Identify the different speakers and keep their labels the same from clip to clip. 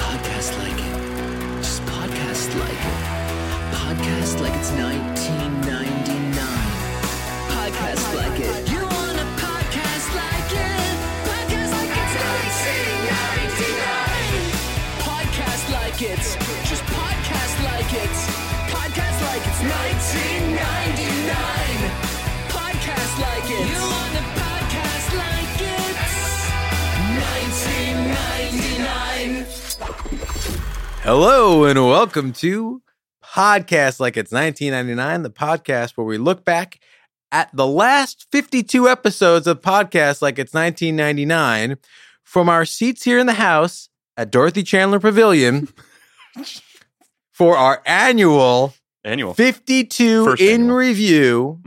Speaker 1: Podcast like it. Just podcast like it. Podcast like it's 1999. Podcast like it. You want a podcast like it? Podcast like it's 1999. Podcast like it. Just podcast like it. Podcast like it's 1999. Podcast like it. You want a podcast like it? 1999.
Speaker 2: Hello and welcome to Podcast Like It's 1999, the podcast where we look back at the last 52 episodes of Podcast Like It's 1999 from our seats here in the house at Dorothy Chandler Pavilion for our annual
Speaker 3: Annual
Speaker 2: 52
Speaker 3: First
Speaker 2: in
Speaker 3: annual.
Speaker 2: review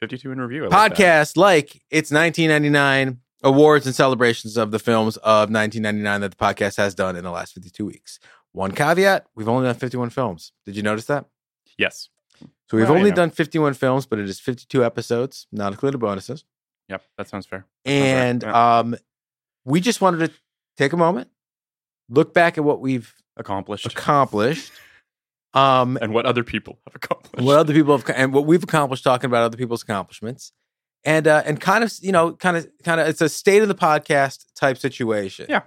Speaker 3: 52 in review. I like that.
Speaker 2: podcast like it's 1999 awards and celebrations of the films of 1999 that the podcast has done in the last 52 weeks. One caveat, we've only done 51 films. Did you notice that?
Speaker 3: Yes.
Speaker 2: So we've
Speaker 3: Well, you
Speaker 2: only
Speaker 3: know.
Speaker 2: done 51 films, but it is 52 episodes, not included bonuses.
Speaker 3: Yep. That sounds fair.
Speaker 2: And um, we just wanted to take a moment, look back at what we've
Speaker 3: Accomplished.
Speaker 2: accomplished, um,
Speaker 3: and what other people have accomplished.
Speaker 2: what other people have, and what we've accomplished, talking about other people's accomplishments, and uh, and kind of you know, kind of kind of it's a state of the podcast type situation.
Speaker 3: Yeah.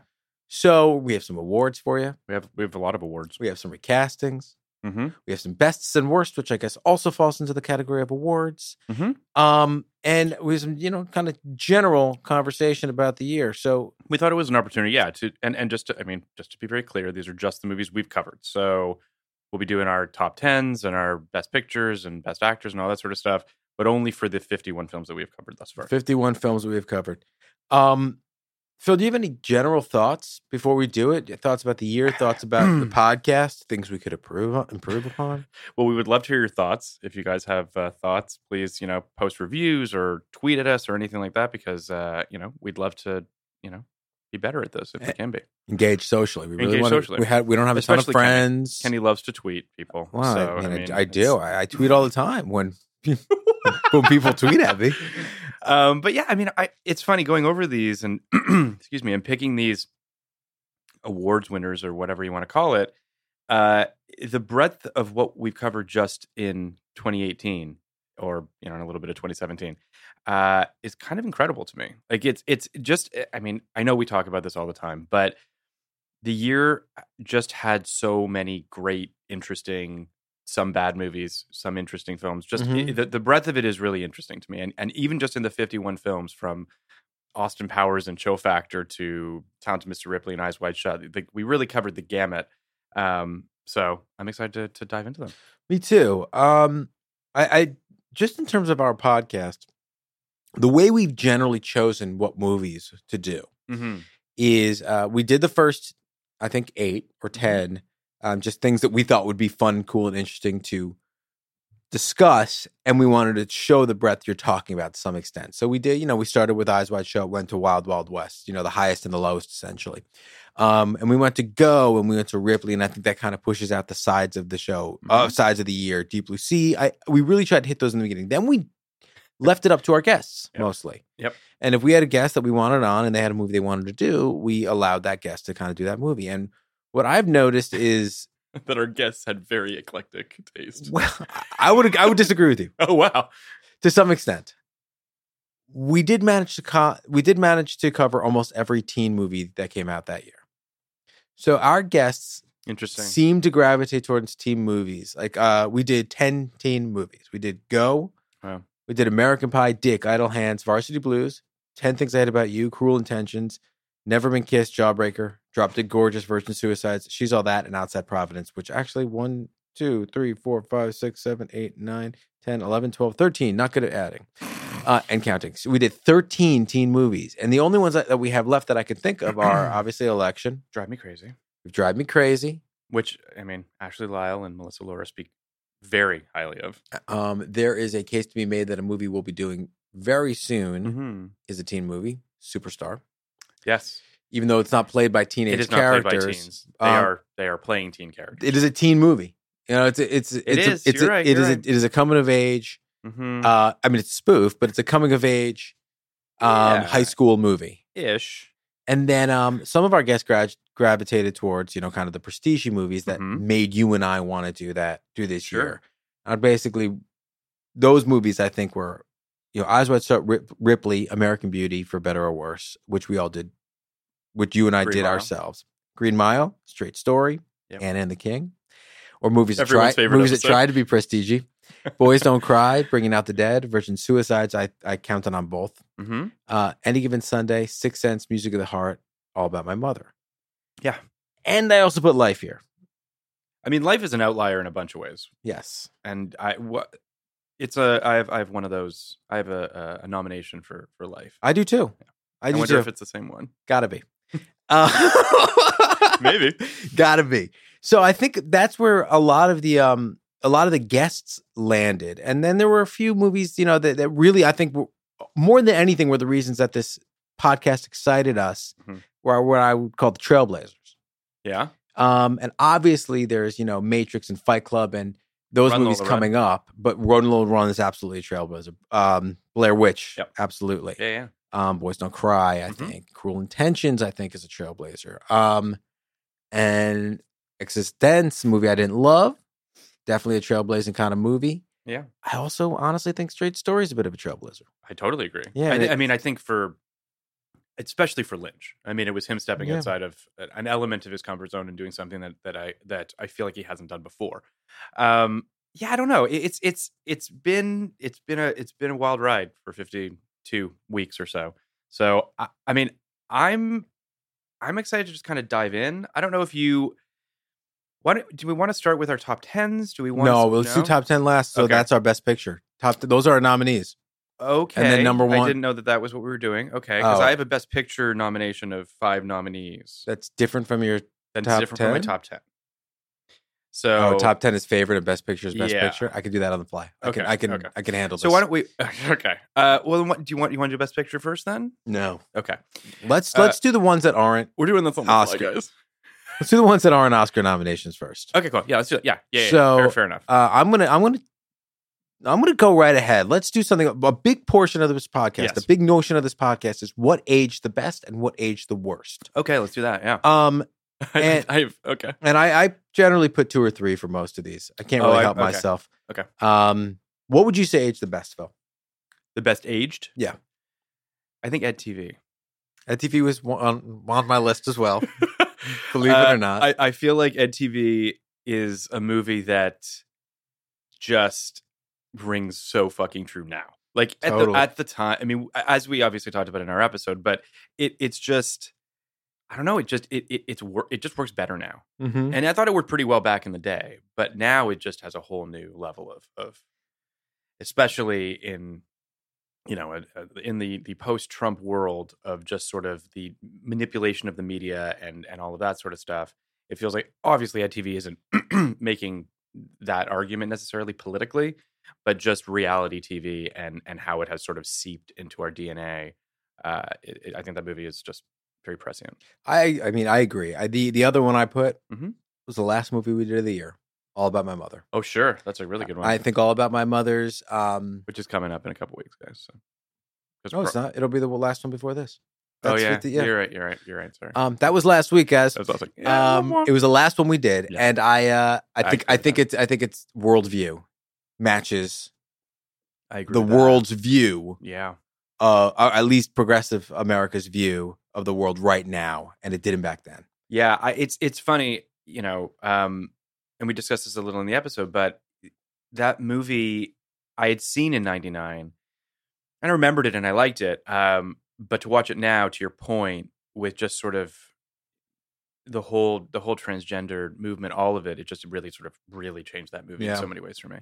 Speaker 2: So we have some awards for you.
Speaker 3: we have we have a lot of awards.
Speaker 2: We have some recastings.
Speaker 3: Mm-hmm.
Speaker 2: We have some bests and worst, which I guess also falls into the category of awards.
Speaker 3: Mhm.
Speaker 2: Um, and we have some, you know, kind of general conversation about the year. So
Speaker 3: We thought it was an opportunity, yeah, to and, and just to I mean, just to be very clear, these are just the movies we've covered. So we'll be doing our top tens and our best pictures and best actors and all that sort of stuff, but only for the fifty one films that we have covered thus far.
Speaker 2: 51 films that we have covered. Um, Phil, do you have any general thoughts before we do it? Your Thoughts about the year, thoughts about the podcast, things we could improve improve upon?
Speaker 3: Well, we would love to hear your thoughts. If you guys have uh, thoughts, please, you know, post reviews or tweet at us or anything like that, because uh, you know, we'd love to, you know, be better at this
Speaker 2: Eh,
Speaker 3: if we can be.
Speaker 2: Engage socially. We really
Speaker 3: Engage
Speaker 2: want to.
Speaker 3: socially.
Speaker 2: We, had, we don't have a ton of
Speaker 3: Especially Kenny.
Speaker 2: friends.
Speaker 3: Kenny loves to tweet people.
Speaker 2: Well,
Speaker 3: so,
Speaker 2: I, mean, I- I,
Speaker 3: it's-
Speaker 2: do. I, I tweet all the time when, when people tweet at me.
Speaker 3: Um, but yeah, I mean, I, it's funny going over these and excuse me, and picking these awards winners or whatever you want to call it. Uh, the breadth of what we've covered just in 2018, or you know, in a little bit of 2017, uh, is kind of incredible to me. Like it's it's just, eh, I mean, I know we talk about this all the time, but the year just had so many great, interesting, some bad movies, some interesting films. Just
Speaker 2: Mhm.
Speaker 3: i- the, the breadth of it is really interesting to me. And, and even just in the 51 films from Austin Powers and Show Factor to Talented Mr. Ripley and Eyes Wide Shut, like, we really covered the gamut. Um, so I'm excited to, to dive into them.
Speaker 2: Me too. Um, I, I just in terms of our podcast, the way we've generally chosen what movies to do
Speaker 3: Mm-hmm.
Speaker 2: is uh, we did the first, I think, eight or ten, um, just things that we thought would be fun, cool, and interesting to discuss and we wanted to show the breadth you're talking about to some extent. So we did, you know, we started with Eyes Wide Shut, went to Wild Wild West, you know, the highest and the lowest essentially. Um, and we went to Go and we went to Ripley, and I think that kind of pushes out the sides of the show,
Speaker 3: Mm-hmm.
Speaker 2: uh, sides of the year. Deep Blue Sea. I we really tried to hit those in the beginning. Then we left it up to our guests
Speaker 3: Yep.
Speaker 2: mostly.
Speaker 3: Yep.
Speaker 2: And if we had a guest that we wanted on and they had a movie they wanted to do, we allowed that guest to kind of do that movie. And what I've noticed is,
Speaker 3: that our guests had very eclectic taste.
Speaker 2: well, I would I would disagree with you.
Speaker 3: Oh wow.
Speaker 2: to some extent. We did manage to co- we did manage to cover almost every teen movie that came out that year. So our guests
Speaker 3: Interesting.
Speaker 2: seem to gravitate towards teen movies. Like uh, we did ten teen movies. We did Go.
Speaker 3: Wow.
Speaker 2: We did American Pie, Dick, Idle Hands, Varsity Blues, Ten Things I Hate About You, Cruel Intentions, Never Been Kissed, Jawbreaker, Drop Dead Gorgeous, Virgin Suicides, She's All That, and Outside Providence. Which actually one, two, three, four, five, six, seven, eight, nine, 10, 11, 12, 13. Not good at adding uh, and counting. So we did 13 teen movies. And the only ones that, that we have left that I can think of are obviously Election,
Speaker 3: Drive me crazy.
Speaker 2: Drive Me Crazy,
Speaker 3: Which I mean, Ashley Lyle and Melissa Laura speak very highly of.
Speaker 2: Um, there is a case to be made that a movie we'll be doing very soon
Speaker 3: Mm-hmm.
Speaker 2: is a teen movie, Superstar.
Speaker 3: Yes.
Speaker 2: Even though it's not played by teenage
Speaker 3: it is
Speaker 2: characters,
Speaker 3: not played by teens. They
Speaker 2: um,
Speaker 3: are they are playing teen characters.
Speaker 2: it is a teen movie. You know, it's a, it's a-
Speaker 3: It
Speaker 2: it's a-
Speaker 3: is.
Speaker 2: it's a,
Speaker 3: You're right.
Speaker 2: it
Speaker 3: You're
Speaker 2: is a,
Speaker 3: right.
Speaker 2: it is a coming of age.
Speaker 3: Mhm.
Speaker 2: Uh, I mean, it's spoof, but it's a coming of age, um,
Speaker 3: Yeah.
Speaker 2: high school movie.
Speaker 3: Ish.
Speaker 2: And then um, some of our guests gra- gravitated towards, you know, kind of the prestige movies that
Speaker 3: Mhm.
Speaker 2: made you and I want to do that do this
Speaker 3: Sure.
Speaker 2: year. And basically, those movies I think were, you know, Eyes Wide Shut, Rip- Ripley, American Beauty, for better or worse, which we all did, which you and I
Speaker 3: Green
Speaker 2: did
Speaker 3: Mile.
Speaker 2: ourselves. Green Mile, Straight Story,
Speaker 3: Yep.
Speaker 2: Anna and the King, or movies that try
Speaker 3: Everyone's favorite
Speaker 2: movies
Speaker 3: episode.
Speaker 2: that try to be prestige. Boys Don't Cry, Bringing Out the Dead, Virgin Suicides. I I counted on both
Speaker 3: Mm-hmm.
Speaker 2: uh, Any Given Sunday, Sixth Sense, Music of the Heart, All About My Mother.
Speaker 3: Yeah.
Speaker 2: And I also put Life here.
Speaker 3: I mean, life is an outlier in a bunch of ways,
Speaker 2: Yes.
Speaker 3: and I what it's a I have I have one of those. I have a a, a nomination for for life.
Speaker 2: I do too. I do
Speaker 3: wonder
Speaker 2: too.
Speaker 3: if it's the same one.
Speaker 2: Gotta be. Uh,
Speaker 3: Maybe.
Speaker 2: Gotta be. So I think that's where a lot of the um a lot of the guests landed. And then there were a few movies, you know, that, that really I think were, more than anything were the reasons that this podcast excited us
Speaker 3: Mhm.
Speaker 2: were what I would call the trailblazers.
Speaker 3: Yeah.
Speaker 2: Um, and obviously, there's you know Matrix and Fight Club, and those
Speaker 3: Run,
Speaker 2: movies
Speaker 3: Lola,
Speaker 2: coming up. But Run Little Run is absolutely a trailblazer. Um, Blair Witch,
Speaker 3: Yep. Eh.
Speaker 2: absolutely.
Speaker 3: Yeah. Yeah.
Speaker 2: Um, Boys Don't Cry, I
Speaker 3: Mhm.
Speaker 2: think. Cruel Intentions, I think, is a trailblazer. Um, and Existence, a movie I didn't love, definitely a trailblazing kind of movie.
Speaker 3: Yeah.
Speaker 2: I also honestly think Straight Story is a bit of a trailblazer.
Speaker 3: I totally agree.
Speaker 2: Yeah,
Speaker 3: I,
Speaker 2: and
Speaker 3: th-
Speaker 2: it-
Speaker 3: I mean, I think for especially for Lynch, I mean, it was him stepping
Speaker 2: Yeah.
Speaker 3: outside of an element of his comfort zone and doing something that that I that I feel like he hasn't done before. Um, yeah, I don't know. It, it's it's it's been it's been a it's been a wild ride for fifty two weeks or so. So I, I mean, I'm I'm excited to just kind of dive in. I don't know if you. Why don't, do we want to start with our top tens? Do we want
Speaker 2: No,
Speaker 3: to,
Speaker 2: well, let's do top ten last. So
Speaker 3: Okay.
Speaker 2: that's our best picture. Top, those are our nominees.
Speaker 3: Okay.
Speaker 2: number
Speaker 3: I
Speaker 2: one-
Speaker 3: didn't know that that was what we were doing. Okay. Because
Speaker 2: Oh.
Speaker 3: I have a best picture nomination of five nominees.
Speaker 2: That's different from your
Speaker 3: That's
Speaker 2: top
Speaker 3: different from my
Speaker 2: 10?
Speaker 3: top 10. So,
Speaker 2: Oh, top ten is favorite and best picture is best
Speaker 3: Yeah.
Speaker 2: picture. I can do that on the fly. I can
Speaker 3: Okay,
Speaker 2: I can
Speaker 3: okay.
Speaker 2: I can handle
Speaker 3: so
Speaker 2: this.
Speaker 3: why don't we? Okay. Uh, well, then what, do you want you want to do best picture first then?
Speaker 2: No.
Speaker 3: Okay.
Speaker 2: Let's
Speaker 3: Uh,
Speaker 2: let's do the ones that aren't
Speaker 3: We're doing this on the fly,
Speaker 2: Oscar.
Speaker 3: guys.
Speaker 2: let's do the ones that aren't Oscar nominations first.
Speaker 3: Okay, cool. Yeah, let's do it. Yeah. Yeah. yeah, yeah.
Speaker 2: So,
Speaker 3: fair, fair enough.
Speaker 2: Uh, I'm gonna I'm gonna I'm gonna go right ahead. Let's do something a big portion of this podcast,
Speaker 3: Yes.
Speaker 2: the big notion of this podcast is what age the best and what age the worst.
Speaker 3: okay, let's do that. Yeah.
Speaker 2: Um
Speaker 3: I
Speaker 2: and-
Speaker 3: I've, okay.
Speaker 2: and I, I generally put two or three for most of these. I can't
Speaker 3: Oh,
Speaker 2: really
Speaker 3: I-
Speaker 2: help
Speaker 3: okay.
Speaker 2: myself.
Speaker 3: Okay.
Speaker 2: Um what would you say age the best, Phil?
Speaker 3: The best aged?
Speaker 2: Yeah.
Speaker 3: I think Ed TV.
Speaker 2: TV was on, on my list as well. Believe it or
Speaker 3: Uh,
Speaker 2: not.
Speaker 3: I, I feel like Ed TV is a movie that just rings so fucking true now. Like at,
Speaker 2: Totally.
Speaker 3: the, at the time, I mean, a- as we obviously talked about in our episode, but it it's just, I don't know, it just it it it's wor- it just works better now.
Speaker 2: Mm-hmm.
Speaker 3: And I thought it worked pretty well back in the day, but now it just has a whole new level of of, especially in, you know, a- a- in the the post Trump world of just sort of the manipulation of the media and and all of that sort of stuff. It feels like obviously EdTV isn't making that argument necessarily politically, but just reality TV and and how it has sort of seeped into our DNA. Uh, it, it- I think that movie is just very prescient.
Speaker 2: I I mean I agree. I, the the other one I put
Speaker 3: Mhm.
Speaker 2: was the last movie we did of the year, All About My Mother.
Speaker 3: Oh, sure, that's a really good one.
Speaker 2: I think All About My Mother's. Um,
Speaker 3: which is coming up in a couple weeks, guys. So. 'Cause
Speaker 2: no, it's
Speaker 3: pro-
Speaker 2: not. It'll be the last one before this.
Speaker 3: oh
Speaker 2: That's
Speaker 3: yeah.
Speaker 2: 50 yeah.
Speaker 3: you're right. You're right. You're right. Sorry,
Speaker 2: Um, that was last week, guys.
Speaker 3: I was also like, yeah,
Speaker 2: Um,
Speaker 3: wah,
Speaker 2: it was the last one we did,
Speaker 3: Yeah.
Speaker 2: and I uh, I
Speaker 3: I
Speaker 2: think
Speaker 3: agree
Speaker 2: I
Speaker 3: with
Speaker 2: think
Speaker 3: that.
Speaker 2: it's I think it's worldview matches
Speaker 3: I agree
Speaker 2: the
Speaker 3: with that.
Speaker 2: world's view,
Speaker 3: Yeah,
Speaker 2: uh, or at least progressive America's view of the world right now, and it didn't back then.
Speaker 3: yeah. I, it's it's funny, you know. Um, and we discussed this a little in the episode, but that movie I had seen in '99, and I remembered it and I liked it. Um, but to watch it now, to your point, with just sort of the whole the whole transgender movement, all of it, it just really sort of really changed that movie
Speaker 2: Yeah.
Speaker 3: in so many ways for me.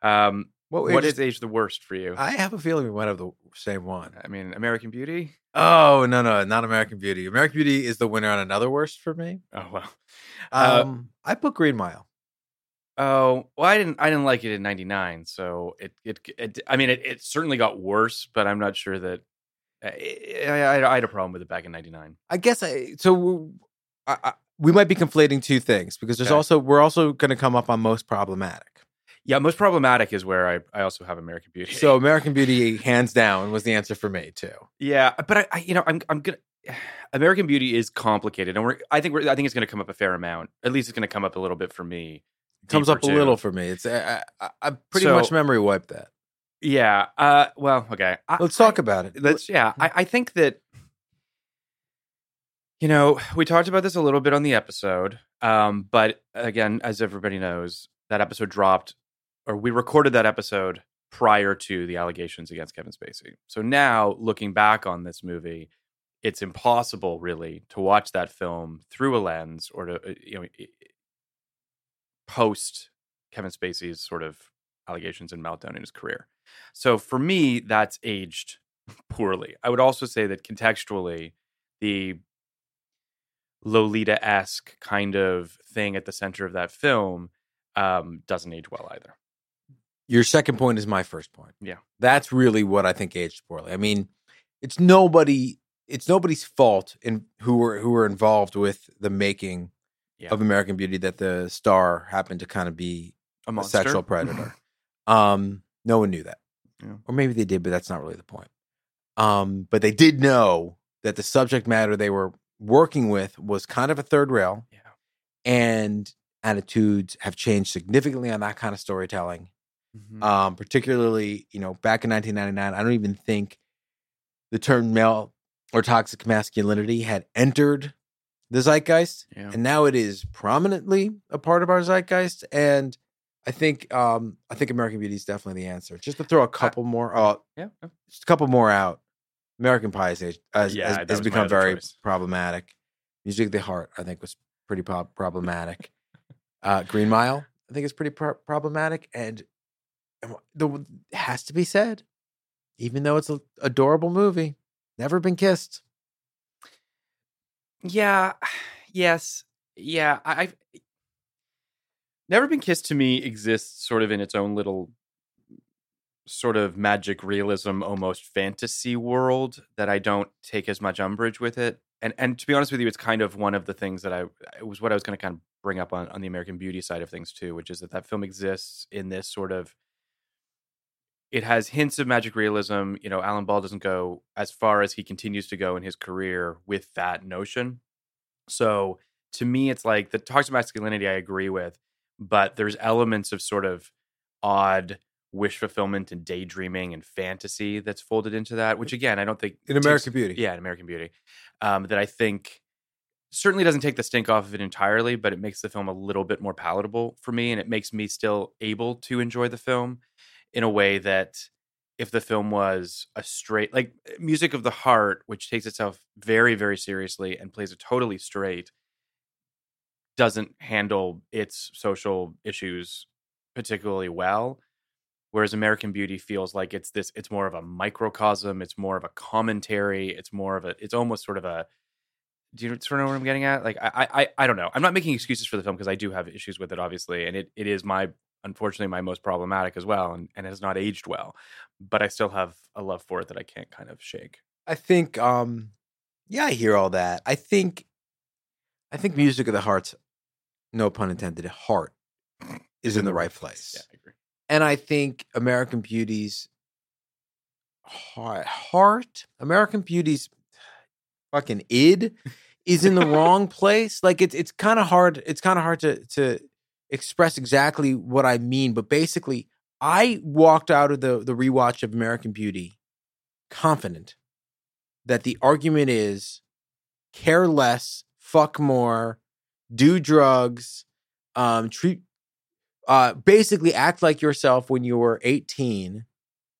Speaker 3: Um, what is age the worst for you?
Speaker 2: I have a feeling we might have the same one.
Speaker 3: I mean, American Beauty.
Speaker 2: Oh no, no, not American Beauty. American Beauty is the winner on another worst for me.
Speaker 3: Oh well. Uh,
Speaker 2: Um, I put Green Mile.
Speaker 3: Oh well, I didn't. I didn't like it in '99. So it, it. It. I mean, it, it certainly got worse, but I'm not sure that. I, I, I had a problem with it back in '99.
Speaker 2: I guess I so w- I, I- we might be conflating two things because there's
Speaker 3: Okay.
Speaker 2: also we're also going to come up on most problematic.
Speaker 3: Yeah, most problematic is where I. I also have American Beauty.
Speaker 2: So American Beauty, hands down, was the answer for me too.
Speaker 3: yeah, but I, I. You know, I'm. I'm gonna. American Beauty is complicated, and we're. I think we're. I think it's going to come up a fair amount. At least it's going to come up a little bit for me.
Speaker 2: Comes
Speaker 3: deeper,
Speaker 2: up a
Speaker 3: too.
Speaker 2: little for me. It's I, I, I pretty
Speaker 3: So-
Speaker 2: much memory wiped that.
Speaker 3: Yeah. Uh. Well. Okay. I-
Speaker 2: Let's
Speaker 3: I-
Speaker 2: talk about it.
Speaker 3: That's yeah. I, I think that you know we talked about this a little bit on the episode, um, but again, as everybody knows, that episode dropped, or we recorded that episode prior to the allegations against Kevin Spacey. So now, looking back on this movie, it's impossible really to watch that film through a lens or to uh, you know i- i- post Kevin Spacey's sort of allegations and meltdown in his career. So for me, that's aged poorly. I would also say that contextually, the Lolita esque kind of thing at the center of that film um, doesn't age well either.
Speaker 2: Your second point is my first point.
Speaker 3: Yeah.
Speaker 2: that's really what I think aged poorly. I mean, it's nobody. It's nobody's fault in who were who were involved with the making
Speaker 3: Yeah.
Speaker 2: of American Beauty that the star happened to kind of be
Speaker 3: A
Speaker 2: a
Speaker 3: monster?
Speaker 2: sexual predator. um, no one knew that,
Speaker 3: Yeah.
Speaker 2: or maybe they did, but that's not really the point. Um, but they did know that the subject matter they were working with was kind of a third rail,
Speaker 3: Yeah.
Speaker 2: and attitudes have changed significantly on that kind of storytelling.
Speaker 3: Mm-hmm. Uh,
Speaker 2: Um, particularly, you know, back in 1999, I don't even think the term male or toxic masculinity had entered the zeitgeist
Speaker 3: yeah.
Speaker 2: and now it is prominently a part of our zeitgeist and i think um i think american beauty is definitely the answer just to throw a couple more uh
Speaker 3: yeah. no.
Speaker 2: just a couple more out american pie is, has, has,
Speaker 3: Yeah,
Speaker 2: has,
Speaker 3: that was my
Speaker 2: become
Speaker 3: other
Speaker 2: very
Speaker 3: choice.
Speaker 2: problematic music of the heart i think was pretty prob- problematic uh green mile i think is pretty pro- problematic and, and the it has to be said even though it's an adorable movie never been kissed
Speaker 3: Yeah. Yes. Yeah. I, I've never been kissed to me exists sort of in its own little sort of magic realism, almost fantasy world that I don't take as much umbrage with it. And and to be honest with you, it's kind of one of the things that I it was what I was going to kind of bring up on on the American Beauty side of things too, which is that that film exists in this sort of it has hints of magic realism. You know, Alan Ball doesn't go as far as he continues to go in his career with that notion. So to me, it's like the toxic masculinity I agree with, but there's elements of sort of odd wish fulfillment and daydreaming and fantasy that's folded into that, which again, I don't think
Speaker 2: in
Speaker 3: takes-
Speaker 2: american beauty
Speaker 3: yeah, in American Beauty, um, that I think certainly doesn't take the stink off of it entirely, but it makes the film a little bit more palatable for me, and it makes me still able to enjoy the film in a way that if the film was a straight like music of the heart which takes itself very very seriously and plays it totally straight doesn't handle its social issues particularly well whereas american beauty feels like it's this it's more of a microcosm it's more of a commentary it's more of a it's almost sort of a do you sort of know what i'm getting at like i i i I don't know i'm not making excuses for the film because i do have issues with it obviously and it, it is my unfortunately my most problematic as well and, and has not aged well. But I still have a love for it that I can't kind of shake.
Speaker 2: I think um yeah, I hear all that. I think I think music of the heart's no pun intended, heart is in the right place.
Speaker 3: Yeah, I agree.
Speaker 2: And I think American Beauty's heart, heart American Beauty's fucking id is in the wrong place. Like it's it's kind of hard. It's kind of hard to to express exactly what I mean. But basically, I walked out of the the rewatch of American Beauty confident that the argument is care less, fuck more, do drugs, um, treat uh, basically act like yourself when you were 18,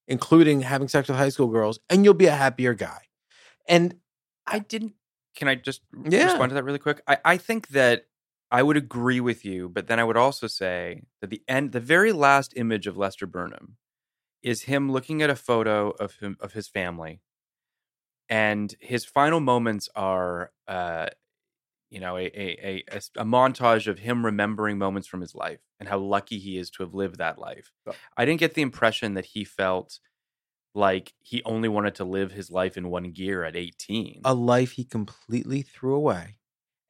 Speaker 2: including having sex with high school girls, and you'll be a happier guy. And
Speaker 3: I didn't. Can I just r-
Speaker 2: Yeah.
Speaker 3: respond to that really quick? I, I think that I would agree with you, but then I would also say that the end, the very last image of Lester Burnham is him looking at a photo of him of his family, and his final moments are, uh, you know, a a, a- a s- a montage of him remembering moments from his life and how lucky he is to have lived that life. I didn't get the impression that he felt like he only wanted to live his life in one gear at eighteen.
Speaker 2: a life he completely threw away,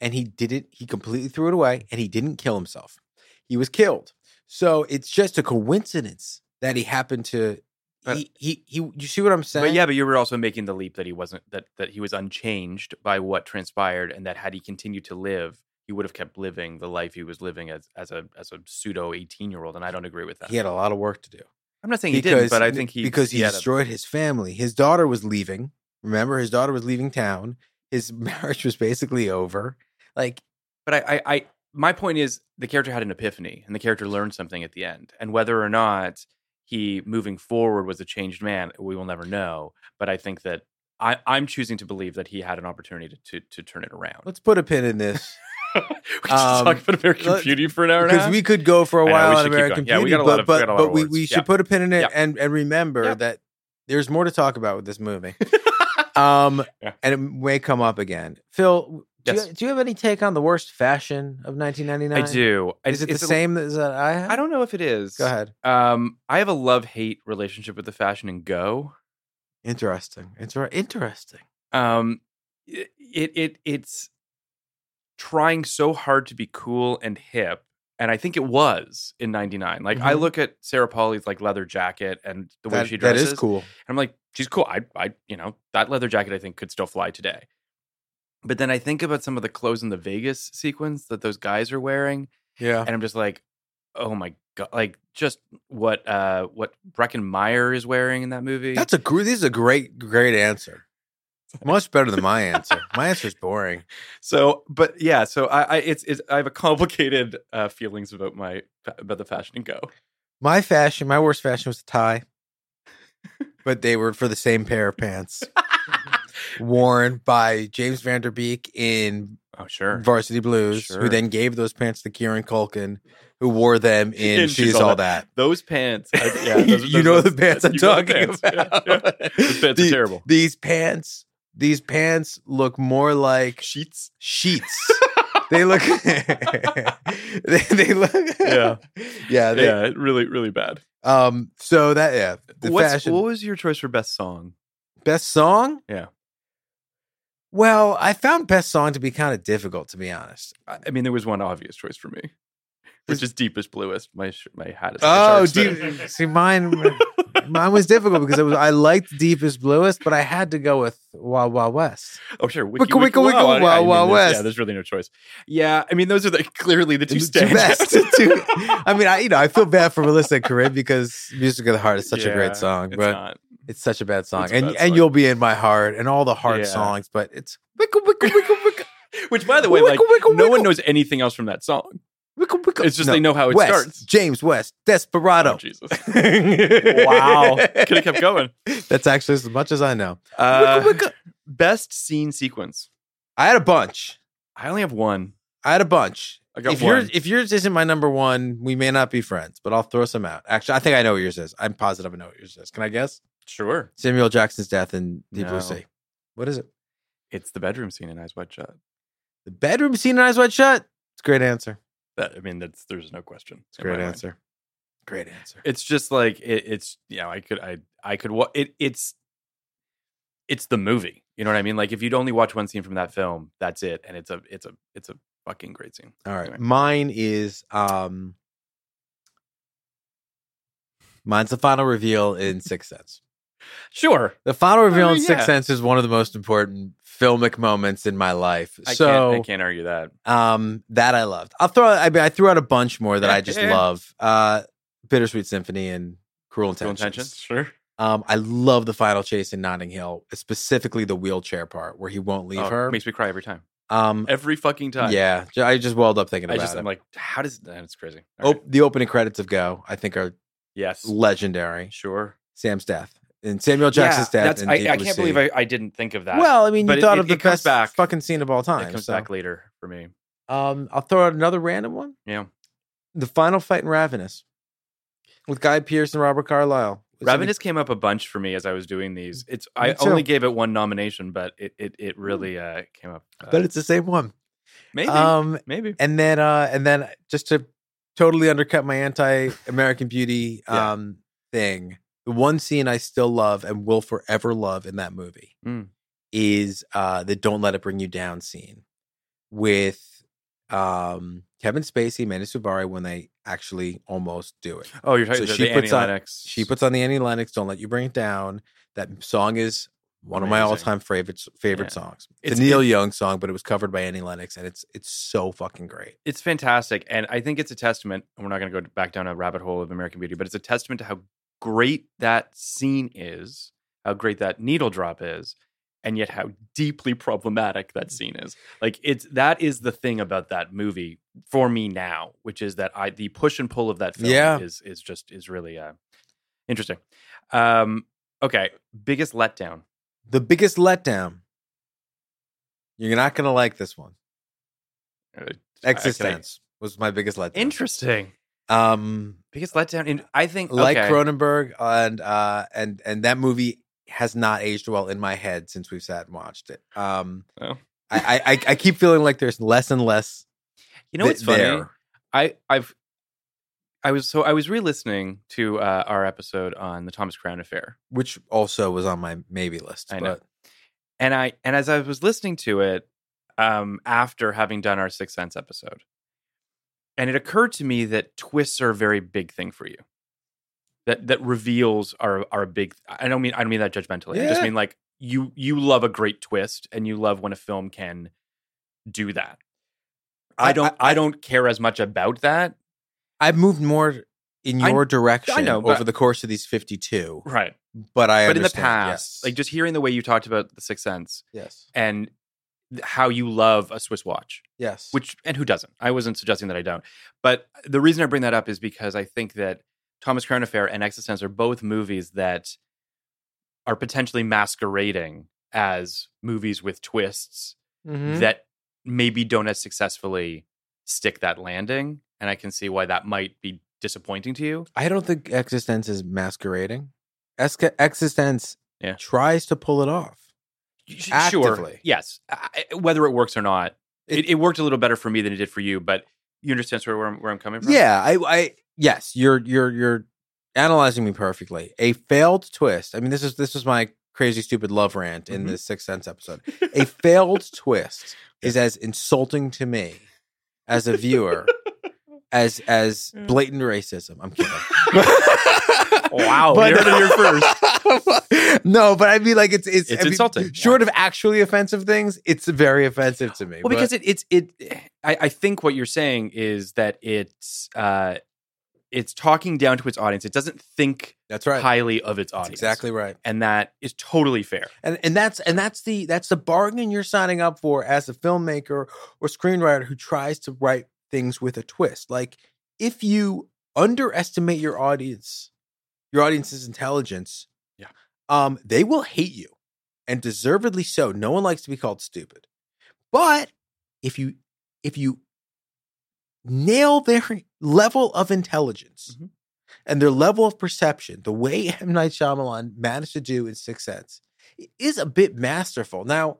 Speaker 2: and he didn't, he completely threw it away, and he didn't kill himself. He was killed. So it's just a coincidence that he happened to.
Speaker 3: But-
Speaker 2: he, he, he, you see what I'm saying?
Speaker 3: Uh But yeah, but you were also making the leap that he wasn't that that he was unchanged by what transpired, and that had he continued to live, he would have kept living the life he was living as as a as a pseudo eighteen year old, and I don't agree with that.
Speaker 2: he had a lot of work to do.
Speaker 3: I'm not saying he didn't, but I think he
Speaker 2: because he,
Speaker 3: had a-
Speaker 2: destroyed his family. His daughter was leaving. Remember, his daughter was leaving town. His marriage was basically over. Like
Speaker 3: but I, I I my point is the character had an epiphany, and the character learned something at the end, and whether or not he moving forward was a changed man, we will never know. But I think that. I, I'm choosing to believe that he had an opportunity to to, to turn it around.
Speaker 2: Let's put a pin in this
Speaker 3: we just talked
Speaker 2: Um,
Speaker 3: about American
Speaker 2: let-
Speaker 3: Beauty for an hour and a half.
Speaker 2: because we could go for a
Speaker 3: I know, we
Speaker 2: while on
Speaker 3: should keep
Speaker 2: American
Speaker 3: going. Yeah, we
Speaker 2: Beauty,
Speaker 3: got a lot
Speaker 2: but
Speaker 3: of- we
Speaker 2: but,
Speaker 3: got a lot
Speaker 2: but
Speaker 3: of
Speaker 2: we,
Speaker 3: words.
Speaker 2: we should
Speaker 3: Yeah.
Speaker 2: put a pin in it
Speaker 3: Yeah.
Speaker 2: and and remember
Speaker 3: Yeah.
Speaker 2: that there's more to talk about with this movie. um,
Speaker 3: Yeah.
Speaker 2: and it may come up again. Phil, do,
Speaker 3: Yes.
Speaker 2: you, do you have any take on the worst fashion of 1999?
Speaker 3: I do. I-
Speaker 2: Is it the
Speaker 3: it's a-
Speaker 2: same as that I have?
Speaker 3: I don't know if it is.
Speaker 2: Go ahead.
Speaker 3: Um, I have a love hate relationship with the fashion and go.
Speaker 2: Interesting. Inter- interesting.
Speaker 3: Um, it, it it it's trying so hard to be cool and hip, and I think it was in '99. Like I
Speaker 2: Mhm.
Speaker 3: look at Sarah Pauli's like leather jacket and the way
Speaker 2: That-
Speaker 3: she
Speaker 2: that
Speaker 3: dresses.
Speaker 2: is cool.
Speaker 3: And I'm like, she's cool. I, I, you know, that leather jacket I think could still fly today. But then I think about some of the clothes in the Vegas sequence that those guys are wearing,
Speaker 2: Yeah.
Speaker 3: and I'm just like, oh my god, like just what uh what Brecken Meyer is wearing in that movie.
Speaker 2: That's a gr- this is a great great answer. Much better than my answer. My answer is boring.
Speaker 3: so, but yeah, so I, I it's, it's I have a complicated uh feelings about my about the fashion and go.
Speaker 2: My fashion, my worst fashion was a tie, but they were for the same pair of pants worn by James Vanderbeek in
Speaker 3: Oh sure,
Speaker 2: Varsity Blues, who
Speaker 3: Sure.
Speaker 2: then gave those pants to Kieran Culkin, who wore them in
Speaker 3: In
Speaker 2: She's, All That.
Speaker 3: those pants. I, yeah, those,
Speaker 2: you know
Speaker 3: those-
Speaker 2: the pants I'm
Speaker 3: you know the
Speaker 2: talking
Speaker 3: pants, yeah,
Speaker 2: about.
Speaker 3: yeah. Those pants
Speaker 2: The-
Speaker 3: are terrible.
Speaker 2: These pants, these pants look more like
Speaker 3: Sheets.
Speaker 2: sheets. they look. they, they look.
Speaker 3: Yeah.
Speaker 2: yeah. They,
Speaker 3: yeah, really, really bad.
Speaker 2: Um. So that yeah. The
Speaker 3: What's-
Speaker 2: fashion
Speaker 3: What was your choice for best song?
Speaker 2: best song.
Speaker 3: Yeah.
Speaker 2: Well, I found best song to be kind of difficult, to be honest.
Speaker 3: I I mean, there was one obvious choice for me, which is deepest bluest. My sh- my hat is.
Speaker 2: Oh,
Speaker 3: my shark's fin.
Speaker 2: deep, see mine. mine was difficult because it was I liked Deepest Bluest, but I had to go with Wild Wild West.
Speaker 3: Oh, sure. Oh,
Speaker 2: Wicca, wicca, wicca,
Speaker 3: I- I
Speaker 2: wow,
Speaker 3: mean,
Speaker 2: wow,
Speaker 3: there's-
Speaker 2: west.
Speaker 3: Yeah, there's really no choice. Yeah, I mean, those are the, clearly the two
Speaker 2: The two
Speaker 3: standouts.
Speaker 2: best, two- I mean, I you know I feel bad for Melissa and Corinne because "Music of the Heart" is such a
Speaker 3: Yeah,
Speaker 2: great song,
Speaker 3: it's
Speaker 2: but
Speaker 3: not.
Speaker 2: it's such a bad song,
Speaker 3: It's a
Speaker 2: and
Speaker 3: bad
Speaker 2: and
Speaker 3: song.
Speaker 2: you'll be in my heart and all the hard
Speaker 3: Yeah.
Speaker 2: songs, but it's wicca, wicca, wicca, wicca,
Speaker 3: Which, by the way, like
Speaker 2: Wicca, wicca,
Speaker 3: no one
Speaker 2: wicca.
Speaker 3: knows anything else from that song.
Speaker 2: wicca, wicca.
Speaker 3: It's just
Speaker 2: No,
Speaker 3: they know how it
Speaker 2: West,
Speaker 3: starts.
Speaker 2: James West,
Speaker 3: Oh,
Speaker 2: Desperado.
Speaker 3: Jesus!
Speaker 2: wow,
Speaker 3: Wow, could have kept going.
Speaker 2: That's actually as much as I know.
Speaker 3: Uh,
Speaker 2: wicca.
Speaker 3: Best scene sequence.
Speaker 2: I had a bunch.
Speaker 3: I only have one.
Speaker 2: I had a bunch.
Speaker 3: I got
Speaker 2: if
Speaker 3: one.
Speaker 2: yours if yours isn't my number one, we may not be friends, but I'll throw some out. Actually, I think I know what yours is. I'm positive I know what yours is. Can I guess?
Speaker 3: Sure,
Speaker 2: Samuel Jackson's death in Deep Blue
Speaker 3: No.
Speaker 2: Sea. What is it?
Speaker 3: it's the bedroom scene in Eyes Wide Shut.
Speaker 2: The bedroom scene in Eyes Wide Shut. It's a great answer.
Speaker 3: That I mean, that's there's no question.
Speaker 2: It's a great answer. Great answer.
Speaker 3: It's just like it, it's you know I could I I could wa- it it's it's the movie. You know what I mean? Like if you'd only watch one scene from that film, that's it, and it's a it's a it's a fucking great scene.
Speaker 2: All right.
Speaker 3: Anyway.
Speaker 2: Mine is um mine's the final reveal in Sixth Sense.
Speaker 3: Sure,
Speaker 2: The final reveal
Speaker 3: mean,
Speaker 2: in Sixth
Speaker 3: yeah.
Speaker 2: Sense is one of the most important filmic moments in my life.
Speaker 3: I
Speaker 2: so
Speaker 3: can't I can't argue that.
Speaker 2: Um, that I loved. I'll throw. I mean, I threw out a bunch more that I just
Speaker 3: Yeah.
Speaker 2: love. Uh, Bittersweet Symphony and Cruel
Speaker 3: Cool
Speaker 2: Intentions.
Speaker 3: intention, sure.
Speaker 2: Um, I love the final chase in Notting Hill, specifically the wheelchair part where he won't leave
Speaker 3: Oh,
Speaker 2: her.
Speaker 3: makes me cry every time,
Speaker 2: Um,
Speaker 3: every fucking time.
Speaker 2: yeah, ju- I just welled up thinking
Speaker 3: I
Speaker 2: about
Speaker 3: just
Speaker 2: it.
Speaker 3: I'm like, how does that's crazy? All
Speaker 2: oh,
Speaker 3: right.
Speaker 2: the opening credits of Go, I think, are
Speaker 3: yes,
Speaker 2: legendary.
Speaker 3: sure.
Speaker 2: Sam's death and Samuel Jackson's
Speaker 3: Yeah,
Speaker 2: death.
Speaker 3: that's-
Speaker 2: in
Speaker 3: I,
Speaker 2: Deep
Speaker 3: I
Speaker 2: Blue
Speaker 3: can't
Speaker 2: Sea.
Speaker 3: believe I, I didn't think of that.
Speaker 2: Well, I mean,
Speaker 3: But
Speaker 2: you
Speaker 3: it-
Speaker 2: thought
Speaker 3: it-
Speaker 2: of the
Speaker 3: it comes
Speaker 2: best
Speaker 3: back.
Speaker 2: fucking scene of all
Speaker 3: it
Speaker 2: time.
Speaker 3: comes
Speaker 2: so.
Speaker 3: back later for me.
Speaker 2: Um, I'll throw out another random one.
Speaker 3: Yeah.
Speaker 2: The final fight in Ravenous with Guy Pearce and Robert Carlyle. It's
Speaker 3: Ravenous came up a bunch for me as I was doing these. It's I
Speaker 2: Me too.
Speaker 3: only gave it one nomination, but it it, it really uh, came up.
Speaker 2: like-
Speaker 3: uh,
Speaker 2: but it's the same one.
Speaker 3: maybe
Speaker 2: Um,
Speaker 3: maybe
Speaker 2: and then uh, and then just to totally undercut my anti-American Beauty
Speaker 3: Yeah.
Speaker 2: um thing, the one scene I still love and will forever love in that movie
Speaker 3: Mm.
Speaker 2: is uh the "Don't Let It Bring You Down" scene with um Kevin Spacey, Mandy Subari when they actually almost do it.
Speaker 3: oh, you're talking
Speaker 2: so
Speaker 3: about
Speaker 2: she
Speaker 3: the
Speaker 2: puts
Speaker 3: Annie
Speaker 2: on-
Speaker 3: Lennox.
Speaker 2: She puts on the Annie Lennox, "Don't Let You Bring It Down." That song is one of my
Speaker 3: Amazing.
Speaker 2: all-time favorites. Favorite
Speaker 3: Yeah.
Speaker 2: songs.
Speaker 3: It's-
Speaker 2: It's a Neil
Speaker 3: it's-
Speaker 2: Young song, but it was covered by Annie Lennox, and it's it's so fucking great.
Speaker 3: It's fantastic, and I think it's a testament. And we're not going to go back down a rabbit hole of American Beauty, but it's a testament to how great that scene is, how great that needle drop is, and yet how deeply problematic
Speaker 2: Mm.
Speaker 3: that scene is. Like it's that is the thing about that movie for me now, which is that I the push and pull of that film
Speaker 2: Yeah.
Speaker 3: is is just is really uh interesting. Um okay, biggest letdown.
Speaker 2: The biggest letdown. You're not gonna like this one.
Speaker 3: Uh, I- can
Speaker 2: Existence was my biggest letdown.
Speaker 3: I- Interesting.
Speaker 2: Um,
Speaker 3: Biggest letdown in I think
Speaker 2: like
Speaker 3: okay.
Speaker 2: Cronenberg, and uh, and and that movie has not aged well in my head since we've sat and watched it. Um,
Speaker 3: Oh.
Speaker 2: I, I I keep feeling like there's less and less.
Speaker 3: You know
Speaker 2: th-
Speaker 3: what's funny?
Speaker 2: there.
Speaker 3: I I've I was so I was re-listening to uh, our episode on the Thomas Crown affair,
Speaker 2: which also was on my maybe list.
Speaker 3: I
Speaker 2: but
Speaker 3: know. and I and as I was listening to it um, after having done our Sixth Sense episode, and it occurred to me that twists are a very big thing for you. That that reveals are are a big. I don't mean I don't mean that judgmentally. I just
Speaker 2: Yeah.
Speaker 3: mean like you you love a great twist and you love when a film can do that. I don't I, don't care as much about that.
Speaker 2: I, have moved more in
Speaker 3: I-
Speaker 2: your direction
Speaker 3: I know, but-
Speaker 2: over the course of these fifty-two,
Speaker 3: Right.
Speaker 2: but I.
Speaker 3: but in the
Speaker 2: understand,
Speaker 3: past,
Speaker 2: yes.
Speaker 3: like just hearing the way you talked about the Sixth Sense
Speaker 2: yes,
Speaker 3: and th- how you love a Swiss watch,
Speaker 2: yes,
Speaker 3: which and who doesn't? I wasn't suggesting that I don't, but the reason I bring that up is because I think that Thomas Crown Affair and Existence are both movies that are potentially masquerading as movies with twists
Speaker 2: Mhm.
Speaker 3: that maybe don't as successfully stick that landing, and I can see why that might be disappointing to you.
Speaker 2: I don't think existence is masquerading. Esca- existence
Speaker 3: Yeah.
Speaker 2: tries to pull it off.
Speaker 3: Sh- Sure.
Speaker 2: Actively.
Speaker 3: Yes. I, I- whether it works or not, it, it,
Speaker 2: It-
Speaker 3: worked a little better for me than it did for you, but you understand sort of where I'm, where I'm coming from?
Speaker 2: Yeah, I, I yes, you're you're you're analyzing me perfectly. A failed twist. I mean, this is this was my crazy stupid love rant in
Speaker 3: Mhm.
Speaker 2: the Sixth Sense episode. A failed twist is as insulting to me as a viewer as as blatant racism. I'm kidding.
Speaker 3: Wow, you heard it here
Speaker 2: first. no, but I mean, like it's it's,
Speaker 3: It's
Speaker 2: I mean,
Speaker 3: insulting,
Speaker 2: Short of actually offensive things, it's very offensive to me.
Speaker 3: Well, because it, it's, it, eh, I, I think what you're saying is that it's, uh, it's talking down to its audience. It doesn't think
Speaker 2: that's right.
Speaker 3: highly of its
Speaker 2: That's
Speaker 3: audience.
Speaker 2: exactly right.
Speaker 3: And that is totally fair.
Speaker 2: and and that's and that's the that's the bargain you're signing up for as a filmmaker or screenwriter who tries to write things with a twist like if you underestimate your audience your audience's intelligence
Speaker 3: Yeah.
Speaker 2: um they will hate you and deservedly so no one likes to be called stupid but if you if you nail their level of intelligence
Speaker 3: Mhm.
Speaker 2: and their level of perception the way M Night Shyamalan managed to do in Sixth Sense is a bit masterful. Now,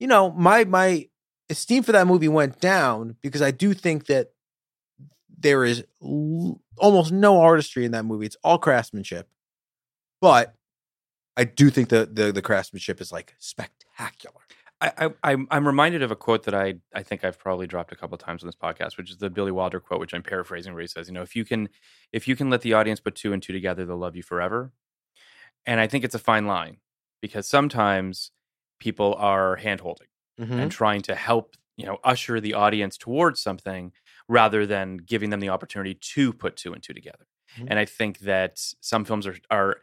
Speaker 2: you know, my my esteem for that movie went down because I do think that there is l- almost no artistry in that movie. It's all craftsmanship. But I do think the the, the craftsmanship is like spectacular.
Speaker 3: I, I, I'm, I'm reminded of a quote that I, I think I've probably dropped a couple of times on this podcast, which is the Billy Wilder quote, which I'm paraphrasing, where he says, "You know, if you can, if you can let the audience put two and two together, they'll love you forever." And I think it's a fine line because sometimes people are hand holding
Speaker 2: Mm-hmm.
Speaker 3: and trying to help, you know, usher the audience towards something rather than giving them the opportunity to put two and two together.
Speaker 2: Mhm.
Speaker 3: And I think that some films are are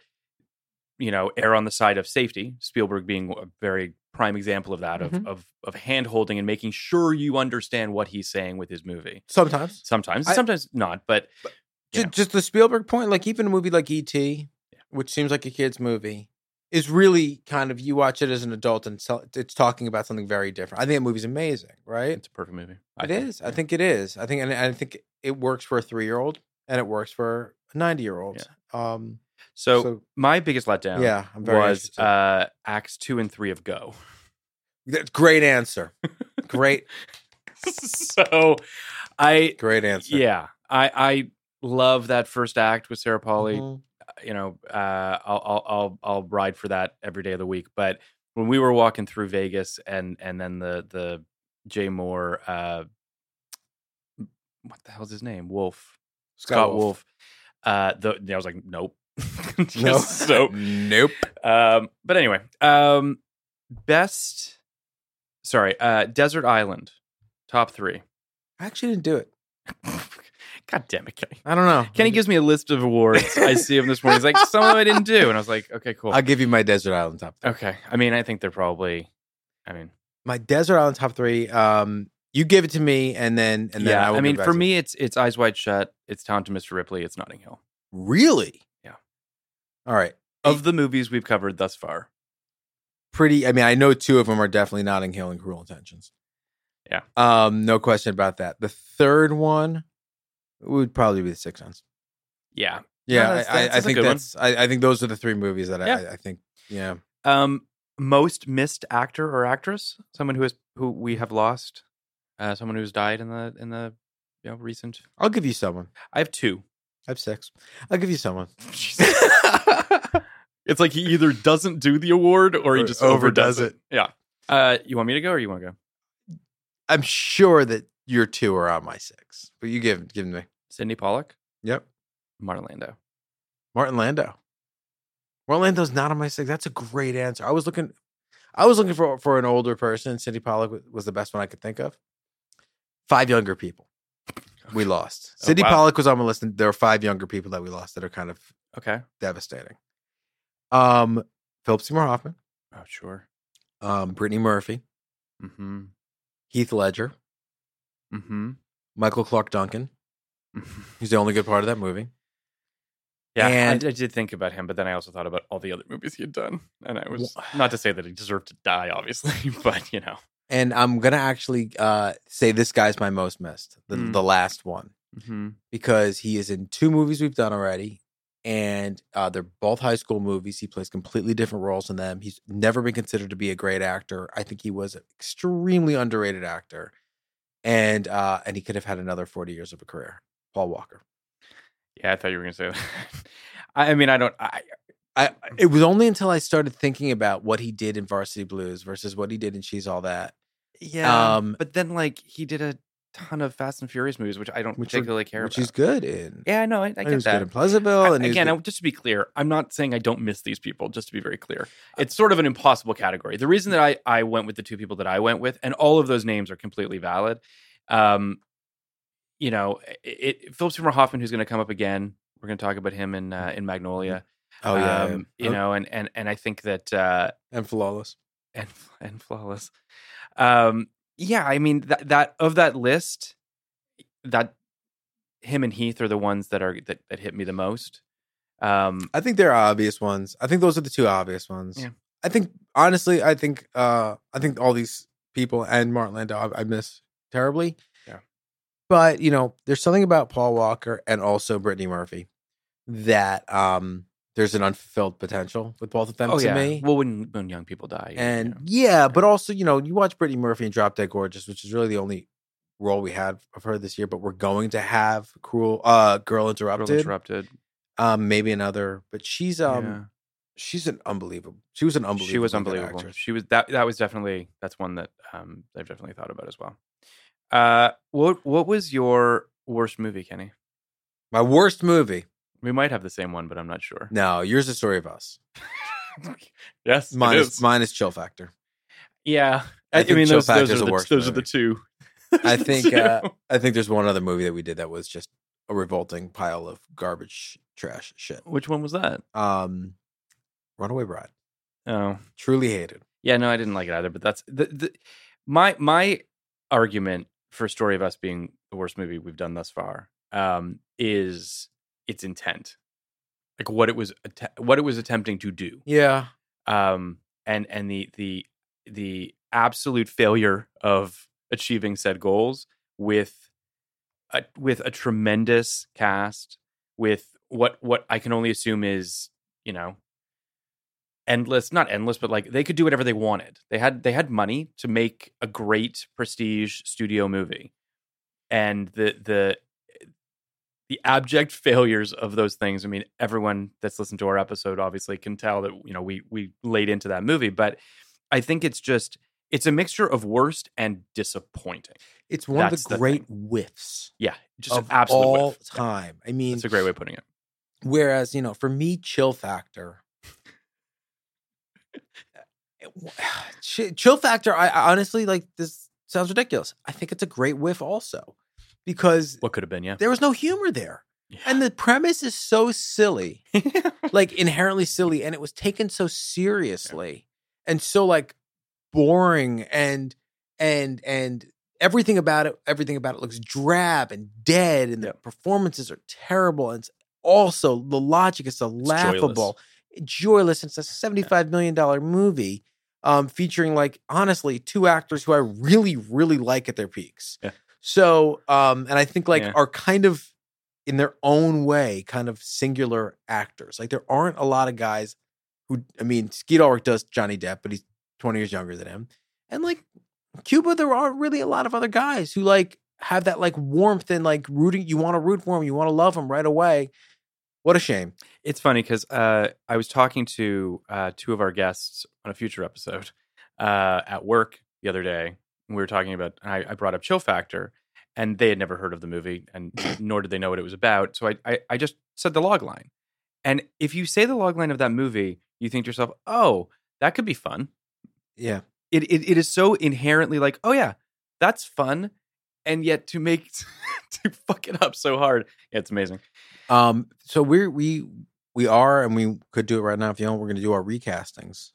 Speaker 3: you know err on the side of safety spielberg being a very prime example of that
Speaker 2: Mhm.
Speaker 3: of of of hand holding and making sure you understand what he's saying with his movie
Speaker 2: Sometimes.
Speaker 3: sometimes
Speaker 2: I-
Speaker 3: sometimes not but
Speaker 2: Ju-
Speaker 3: Yeah.
Speaker 2: Just the Spielberg point, like even a movie like E.T., which seems like a kid's movie, is really kind of you watch it as an adult and so- it's talking about something very different. I think that movie's amazing, right?
Speaker 3: it's a perfect movie
Speaker 2: It is. I think it is. I think, and I think it works for a three year old and it works for a 90 year old. Um,
Speaker 3: so,
Speaker 2: so-
Speaker 3: my biggest letdown
Speaker 2: yeah, I'm very
Speaker 3: was
Speaker 2: interested.
Speaker 3: uh acts two and three of go
Speaker 2: That's great answer. Great,
Speaker 3: so i
Speaker 2: great answer.
Speaker 3: yeah i i love that first act with sarah Pauly.
Speaker 2: Mhm.
Speaker 3: you know, uh, I'll, I'll I'll I'll ride for that every day of the week. But when we were walking through Vegas, and and then the the Jay Moore, uh, what the hell's his name? Wolf Scott, Wolf. Uh, the, I was like, nope,
Speaker 2: No.
Speaker 3: Just so
Speaker 2: nope.
Speaker 3: um, but anyway, um, best. Sorry, uh, Desert Island, top three.
Speaker 2: I actually didn't do it.
Speaker 3: God damn it, Kenny!
Speaker 2: I don't know.
Speaker 3: Kenny gives me a list of awards. I see him this morning. He's like, some of I didn't do, and I was like, okay, cool.
Speaker 2: I'll give you my desert island top three.
Speaker 3: Okay. I mean, I think they're probably. I mean,
Speaker 2: My desert island top three. Um, you give it to me, and then and then
Speaker 3: yeah.
Speaker 2: I,
Speaker 3: I,
Speaker 2: will
Speaker 3: mean,
Speaker 2: give it
Speaker 3: for
Speaker 2: back to you.
Speaker 3: me, it's it's Eyes Wide Shut. It's Town to Mr. Ripley. It's Notting Hill.
Speaker 2: really,
Speaker 3: Yeah.
Speaker 2: All right,
Speaker 3: Of the movies we've covered thus far,
Speaker 2: pretty. I mean, I know two of them are definitely Notting Hill and Cruel Intentions.
Speaker 3: Yeah.
Speaker 2: Um, no question about that. The third one would probably be The Sixth Sense.
Speaker 3: yeah.
Speaker 2: Yeah,
Speaker 3: that's-
Speaker 2: I, I-
Speaker 3: that's
Speaker 2: I
Speaker 3: a
Speaker 2: think
Speaker 3: good one.
Speaker 2: that's. I, I think those are the three movies that
Speaker 3: Yeah.
Speaker 2: I, I think. Yeah.
Speaker 3: Um, most missed actor or actress, someone who is who we have lost, uh, someone who's died in the in the you know recent.
Speaker 2: I'll give you someone.
Speaker 3: I have two.
Speaker 2: I have six. I'll give you someone.
Speaker 3: it's like he either doesn't do the award or he
Speaker 2: Or
Speaker 3: just
Speaker 2: overdoes
Speaker 3: overdoes, it. Yeah. Uh, you want me to go or you want to go?
Speaker 2: I'm sure that your two are on my six, but you give give them to me.
Speaker 3: Sydney Pollack,
Speaker 2: Yep.
Speaker 3: Martin Lando.
Speaker 2: Martin Lando. Martin Lando's not on my six. That's a great answer. I was looking, I was looking for for an older person. Cindy Pollock wa- was the best one I could think of. Five younger people we lost.
Speaker 3: Oh,
Speaker 2: Cindy
Speaker 3: wow.
Speaker 2: Pollock was on my list, and there are five younger people that we lost that are kind of
Speaker 3: Okay.
Speaker 2: devastating. Um, Philip Seymour Hoffman,
Speaker 3: Oh, sure.
Speaker 2: um, Brittany Murphy,
Speaker 3: Mm-hmm.
Speaker 2: Heath Ledger,
Speaker 3: Mm-hmm.
Speaker 2: Michael Clark Duncan. He's the only good part of that movie.
Speaker 3: Yeah, I,
Speaker 2: And-
Speaker 3: d- I did think about him, but then I also thought about all the other movies he had done, and I was not to say that he deserved to die, obviously, but you know,
Speaker 2: And I'm gonna actually uh, say this guy's my most missed, the,
Speaker 3: Mm.
Speaker 2: the last one.
Speaker 3: Mm-hmm.
Speaker 2: because he is in two movies we've done already, and uh, they're both high school movies. He plays completely different roles in them. He's never been considered to be a great actor. I think he was an extremely underrated actor, and uh, and he could have had another forty years of a career. Paul Walker.
Speaker 3: yeah, I thought you were gonna say that. I, I mean, I don't. I,
Speaker 2: I,
Speaker 3: Mm.
Speaker 2: it was only until I started thinking about what he did in Varsity Blues versus what he did in She's All That.
Speaker 3: yeah,
Speaker 2: Um,
Speaker 3: but then like he did a ton of Fast and Furious movies, which I don't
Speaker 2: Which are-
Speaker 3: particularly care
Speaker 2: Which
Speaker 3: about.
Speaker 2: he's good in.
Speaker 3: Yeah, no, I, I
Speaker 2: And he
Speaker 3: get
Speaker 2: was
Speaker 3: that.
Speaker 2: good in Pleasantville.
Speaker 3: I-
Speaker 2: and he was
Speaker 3: again,
Speaker 2: good-
Speaker 3: I, just to be clear, I'm not saying I don't miss these people. Just to be very clear,
Speaker 2: Uh,
Speaker 3: it's sort of an impossible category. The reason that I I went with the two people that I went with, and all of those names are completely valid. Um, you know, it, it, Philip Seymour Hoffman, who's going to come up again. We're going to talk about him in uh, in Magnolia.
Speaker 2: oh yeah,
Speaker 3: um,
Speaker 2: yeah.
Speaker 3: you
Speaker 2: Oh,
Speaker 3: know, and and and I think that uh,
Speaker 2: and flawless.
Speaker 3: and and flawless. Um, yeah, I mean that that of that list, that him and Heath are the ones that are that, that hit me the most. Um,
Speaker 2: I think they're obvious ones. I think those are the two obvious ones.
Speaker 3: Yeah.
Speaker 2: I think honestly, I think uh I think all these people and Martin Landau I, I miss terribly.
Speaker 3: Yeah.
Speaker 2: But you know, there's something about Paul Walker and also Brittany Murphy that um there's an unfulfilled potential with both of them to me.
Speaker 3: Oh, Well, when when young people die, you know,
Speaker 2: and
Speaker 3: you know.
Speaker 2: yeah, but also you know you watch Brittany Murphy and Drop Dead Gorgeous, which is really the only role we had of her this year, but we're going to have cruel uh girl interrupted.
Speaker 3: Girl interrupted.
Speaker 2: Um, maybe another, but she's um
Speaker 3: Yeah.
Speaker 2: she's an unbelievable. She was an unbelievable.
Speaker 3: she was
Speaker 2: good
Speaker 3: unbelievable.
Speaker 2: actress.
Speaker 3: She was that. That was definitely that's one that um, I've definitely thought about as well. Uh, what what was your worst movie, Kenny?
Speaker 2: My worst movie.
Speaker 3: We might have the same one, but I'm not sure.
Speaker 2: No, yours the story of us.
Speaker 3: yes, it
Speaker 2: Mine
Speaker 3: is.
Speaker 2: is mine is chill factor.
Speaker 3: Yeah,
Speaker 2: I
Speaker 3: I,
Speaker 2: think
Speaker 3: mean
Speaker 2: Chill
Speaker 3: those, those
Speaker 2: Factor's
Speaker 3: are
Speaker 2: the
Speaker 3: the,
Speaker 2: worst
Speaker 3: those are the
Speaker 2: movie.
Speaker 3: two.
Speaker 2: I
Speaker 3: The
Speaker 2: think uh,
Speaker 3: two.
Speaker 2: I think there's one other movie that we did that was just a revolting pile of garbage trash shit.
Speaker 3: Which one was that?
Speaker 2: Um Runaway Bride.
Speaker 3: Oh,
Speaker 2: Truly hated.
Speaker 3: yeah. No, I didn't like it either. But that's the, the my my argument for story of us being the worst movie we've done thus far um, is its intent, like what it was att- what it was attempting to do.
Speaker 2: Yeah.
Speaker 3: um, and and the the the absolute failure of achieving said goals with a, with a tremendous cast with what what I can only assume is you know endless not endless but like they could do whatever they wanted they had they had money to make a great prestige studio movie and the the the abject failures of those things. I mean, everyone that's listened to our episode obviously can tell that you know we we laid into that movie, but I think it's just it's a mixture of worst and disappointing.
Speaker 2: It's one of
Speaker 3: That's the
Speaker 2: the great whiffs
Speaker 3: Yeah, just
Speaker 2: of
Speaker 3: an absolute
Speaker 2: all
Speaker 3: whiff.
Speaker 2: time. I mean,
Speaker 3: That's a great way of putting it.
Speaker 2: whereas, you know, for me, chill factor. eh, Chi- chill factor, I, I honestly like this sounds ridiculous. I think it's a great whiff also because
Speaker 3: What could have been? Yeah,
Speaker 2: there was no humor there.
Speaker 3: Yeah.
Speaker 2: And the premise is so silly. like inherently silly and it was taken so seriously and so like boring and and and everything about it everything about it looks drab and dead and the
Speaker 3: Yeah.
Speaker 2: performances are terrible and it's also the logic is so laughable joyless and it's a 75 million dollar movie um featuring like honestly two actors who I really really like at their peaks
Speaker 3: Yeah.
Speaker 2: so um and I think like
Speaker 3: Yeah.
Speaker 2: are kind of in their own way kind of singular actors. Like there aren't a lot of guys who I mean, Skeet Ulrich does Johnny Depp, but he's 20 years younger than him. And like Cuba, there aren't really a lot of other guys who like have that like warmth and like rooting you want to root for him, you want to love him right away. What a shame.
Speaker 3: It's funny because uh, I was talking to uh, two of our guests on a future episode uh, at work the other day. We were talking about, and I, I brought up Chill Factor, and they had never heard of the movie, and nor did they know what it was about. So I, I, I just said the log line. And if you say the log line of that movie, you think to yourself, oh, that could be fun
Speaker 2: Yeah.
Speaker 3: it, it it is so inherently like, oh yeah, that's fun, and yet to make to fuck it up so hard, yeah, it's amazing.
Speaker 2: Um, so we're we we are and we could do it right now if you want, we're gonna do our recastings.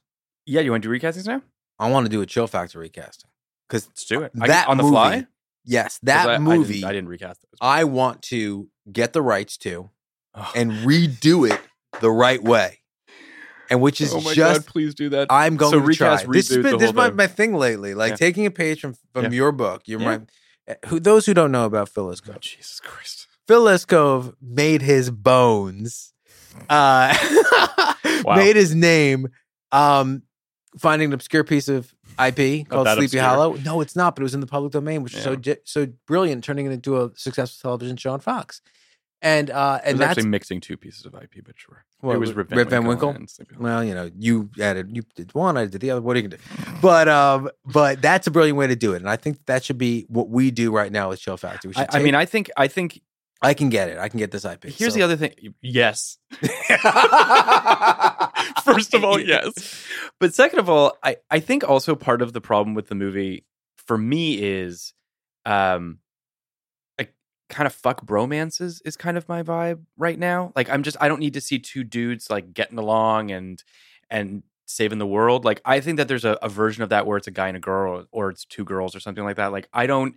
Speaker 3: Yeah, you want to do recastings now?
Speaker 2: I want to do a chill factor recasting. Cause
Speaker 3: Let's do it. I-
Speaker 2: Uh, that
Speaker 3: on the
Speaker 2: movie,
Speaker 3: fly. 'Cause
Speaker 2: yes,
Speaker 3: I- I
Speaker 2: that
Speaker 3: didn't-
Speaker 2: movie
Speaker 3: I didn't, recast those.
Speaker 2: I want to get the rights to
Speaker 3: Oh.
Speaker 2: and redo it the right way. And which is
Speaker 3: oh my
Speaker 2: just
Speaker 3: god, please do that.
Speaker 2: I'm going
Speaker 3: So
Speaker 2: to
Speaker 3: recast,
Speaker 2: try. This has
Speaker 3: reboot
Speaker 2: been
Speaker 3: the
Speaker 2: this is
Speaker 3: whole
Speaker 2: my,
Speaker 3: thing.
Speaker 2: my thing lately, like
Speaker 3: Yeah.
Speaker 2: taking a page from from
Speaker 3: Yeah.
Speaker 2: your book. You're
Speaker 3: Yeah.
Speaker 2: my who those who don't know about Phil
Speaker 3: oh,
Speaker 2: Escove.
Speaker 3: Jesus Christ.
Speaker 2: Phil Escove made his bones, uh,
Speaker 3: Wow.
Speaker 2: made his name, um, finding an obscure piece of IP called
Speaker 3: that
Speaker 2: Sleepy
Speaker 3: obscure.
Speaker 2: Hollow. No, it's not, but it was in the public domain, which is so
Speaker 3: Yeah.
Speaker 2: ge- so brilliant, turning it into a successful television show on Fox. And uh,
Speaker 3: I
Speaker 2: and
Speaker 3: was
Speaker 2: that's
Speaker 3: actually mixing two pieces of IP, but sure.
Speaker 2: What,
Speaker 3: it was
Speaker 2: Rip
Speaker 3: Rip
Speaker 2: Van Winkle?
Speaker 3: and Sleepy Hollow.
Speaker 2: well, you know, you added you did one, I did the other. What are you gonna do? But um, but that's a brilliant way to do it, and I think that should be what we do right now with Show Factory. We should
Speaker 3: I, I
Speaker 2: take-
Speaker 3: mean, I think I think
Speaker 2: I can get it. I can get this IP.
Speaker 3: here's
Speaker 2: so-
Speaker 3: the other thing. Yes,
Speaker 2: other.
Speaker 3: First of all, yes. But second of all, I, I think also part of the problem with the movie for me is um like kind of fuck bromances is kind of my vibe right now. Like I'm just I don't need to see two dudes like getting along and and saving the world. Like I think that there's a, a version of that where it's a guy and a girl or it's two girls or something like that. Like I don't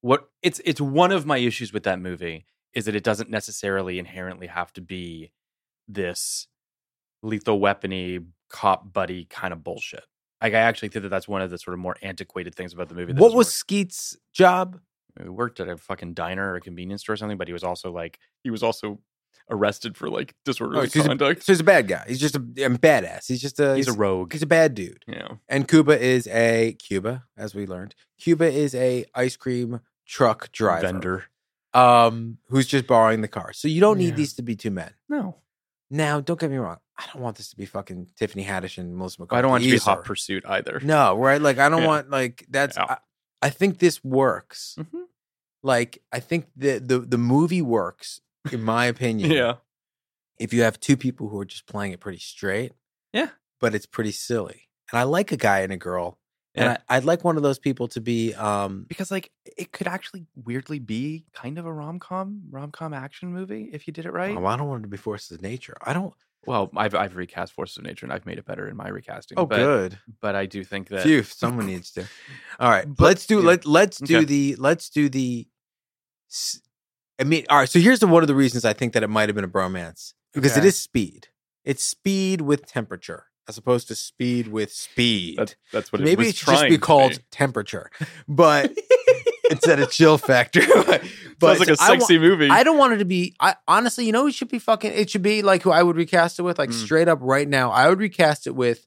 Speaker 3: what it's it's one of my issues with that movie is that it doesn't necessarily inherently have to be this lethal weapony cop buddy kind of bullshit. Like I actually think that that's one of the sort of more antiquated things about the movie. That
Speaker 2: What
Speaker 3: doesn't
Speaker 2: was Skeet's job?
Speaker 3: work. he worked at a fucking diner or a convenience store or something, but he was also like he was also arrested for like
Speaker 2: Oh,
Speaker 3: disorderly
Speaker 2: he's a-
Speaker 3: conduct.
Speaker 2: So he's a bad guy. He's just a, a badass. He's just a
Speaker 3: he's a rogue.
Speaker 2: he's a bad dude.
Speaker 3: you know.
Speaker 2: And Cuba is a Cuba, as we learned. Cuba is a ice cream truck driver
Speaker 3: vendor.
Speaker 2: um, who's just borrowing the car. So you don't need
Speaker 3: Yeah.
Speaker 2: these to be two men.
Speaker 3: No,
Speaker 2: Now, don't get me wrong. I don't want this to be fucking Tiffany Haddish and Melissa McCarthy.
Speaker 3: Oh, I don't want it to be
Speaker 2: either.
Speaker 3: hot pursuit either.
Speaker 2: No, right? Like I don't
Speaker 3: Yeah.
Speaker 2: want like that's.
Speaker 3: Yeah.
Speaker 2: I, I think this works.
Speaker 3: Mhm.
Speaker 2: Like I think the the the movie works in my opinion.
Speaker 3: Yeah.
Speaker 2: If you have two people who are just playing it pretty straight.
Speaker 3: Yeah.
Speaker 2: But it's pretty silly, and I like a guy and a girl,
Speaker 3: Yeah.
Speaker 2: and I, I'd like one of those people to be. um
Speaker 3: because like it could actually weirdly be kind of a rom com rom com action movie if you did it right.
Speaker 2: oh, I don't want it to be forces of nature. I don't.
Speaker 3: Well, I've I've recast Forces of Nature and I've made it better in my recasting.
Speaker 2: Oh,
Speaker 3: but,
Speaker 2: good.
Speaker 3: But I do think that
Speaker 2: Phew, someone needs to. All right,
Speaker 3: But-
Speaker 2: let's do
Speaker 3: yeah.
Speaker 2: let let's do
Speaker 3: Okay.
Speaker 2: the let's do the. s- I mean, all right. So here's the, one of the reasons I think that it might have been a bromance because it
Speaker 3: Okay.
Speaker 2: is speed. It's speed with temperature as opposed to speed with speed.
Speaker 3: That's that's what it
Speaker 2: Maybe
Speaker 3: was
Speaker 2: it should just
Speaker 3: trying
Speaker 2: be
Speaker 3: to
Speaker 2: called temperature, but it's at a chill factor. but
Speaker 3: Sounds like a
Speaker 2: so I wa-
Speaker 3: sexy movie.
Speaker 2: I don't want it to be. I honestly, you know, it should be fucking. It should be like who I would recast it with, like
Speaker 3: Mm.
Speaker 2: straight up right now. I would recast it with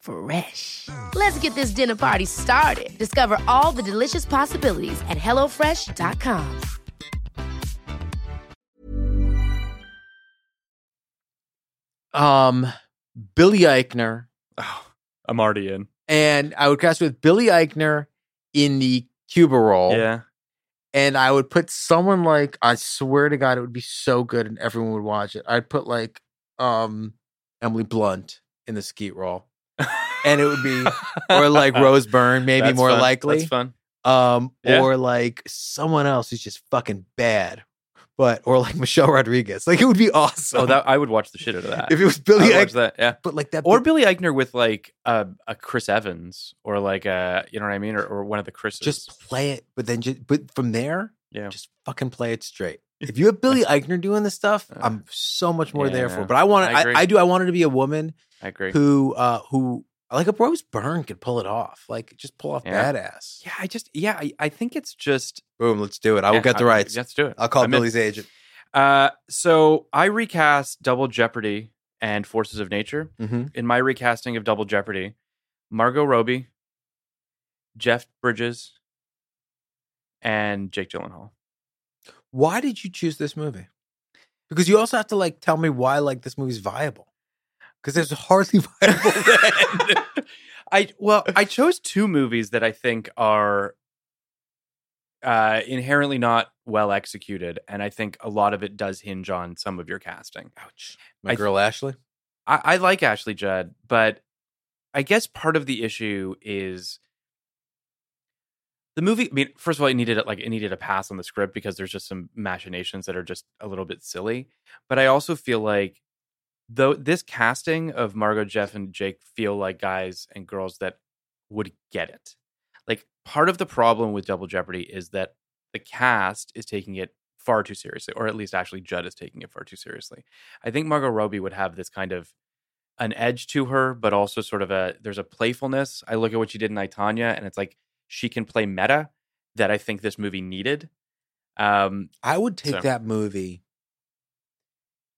Speaker 4: Fresh. Let's get this dinner party started. Discover all the delicious possibilities at hellofresh.com.
Speaker 2: um Billy Eichner,
Speaker 3: Oh, I'm already in.
Speaker 2: and I would cast with Billy Eichner in the Cuba role.
Speaker 3: Yeah.
Speaker 2: And I would put someone like I swear to God, it would be so good, and everyone would watch it. I'd put like um Emily Blunt in the Skeet role, And it would be- or like Rose Byrne, maybe
Speaker 3: That's
Speaker 2: more
Speaker 3: fun.
Speaker 2: likely,
Speaker 3: That's fun.
Speaker 2: um,
Speaker 3: Yeah.
Speaker 2: or like someone else who's just fucking bad, but or like Michelle Rodriguez. Like it would be awesome.
Speaker 3: Oh, that I would watch the shit out of that.
Speaker 2: if it was
Speaker 3: I
Speaker 2: Billy
Speaker 3: would watch
Speaker 2: Eichner,
Speaker 3: that. Yeah.
Speaker 2: but like that,
Speaker 3: Or Billy Eichner with like a, a Chris Evans or like a you know what I mean or, or one of the Chris's.
Speaker 2: just play it, but then just but from there,
Speaker 3: yeah.
Speaker 2: just fucking play it straight. If you have Billy Eichner doing this stuff,
Speaker 3: Uh,
Speaker 2: I'm so much more there for.
Speaker 3: yeah,
Speaker 2: But I want
Speaker 3: I
Speaker 2: I,
Speaker 3: agree.
Speaker 2: I, do I want her to be a woman
Speaker 3: I agree.
Speaker 2: who uh who like a Rose Byrne could pull it off. Like just pull off
Speaker 3: Yeah.
Speaker 2: badass.
Speaker 3: Yeah, I just yeah, I, I think it's just
Speaker 2: Boom, let's do it. I will
Speaker 3: Yeah,
Speaker 2: get the rights.
Speaker 3: Let's do it.
Speaker 2: I'll call
Speaker 3: I'm in.
Speaker 2: Billy's agent.
Speaker 3: Uh, so I recast Double Jeopardy and Forces of Nature.
Speaker 2: Mhm.
Speaker 3: In my recasting of Double Jeopardy, Margot Robbie, Jeff Bridges, and Jake Gyllenhaal.
Speaker 2: Why did you choose this movie? Because you also have to like tell me why like this movie's viable. Because there's hardly viable.
Speaker 3: I well, I chose two movies that I think are uh, inherently not well executed, and I think a lot of it does hinge on some of your casting.
Speaker 2: Ouch. My
Speaker 3: I-
Speaker 2: girl Ashley.
Speaker 3: I, I like Ashley Judd, but I guess part of the issue is the movie. I mean, first of all, it needed like it needed a pass on the script because there's just some machinations that are just a little bit silly. But I also feel like though this casting of Margot, Jeff, and Jake feel like guys and girls that would get it. Like part of the problem with Double Jeopardy is that the cast is taking it far too seriously, or at least Ashley Judd is taking it far too seriously. I think Margot Robbie would have this kind of an edge to her, but also sort of a there's a playfulness. I look at what she did in Itanya, and it's like she can play meta that I think this movie needed. Um,
Speaker 2: I would take
Speaker 3: So-
Speaker 2: that movie.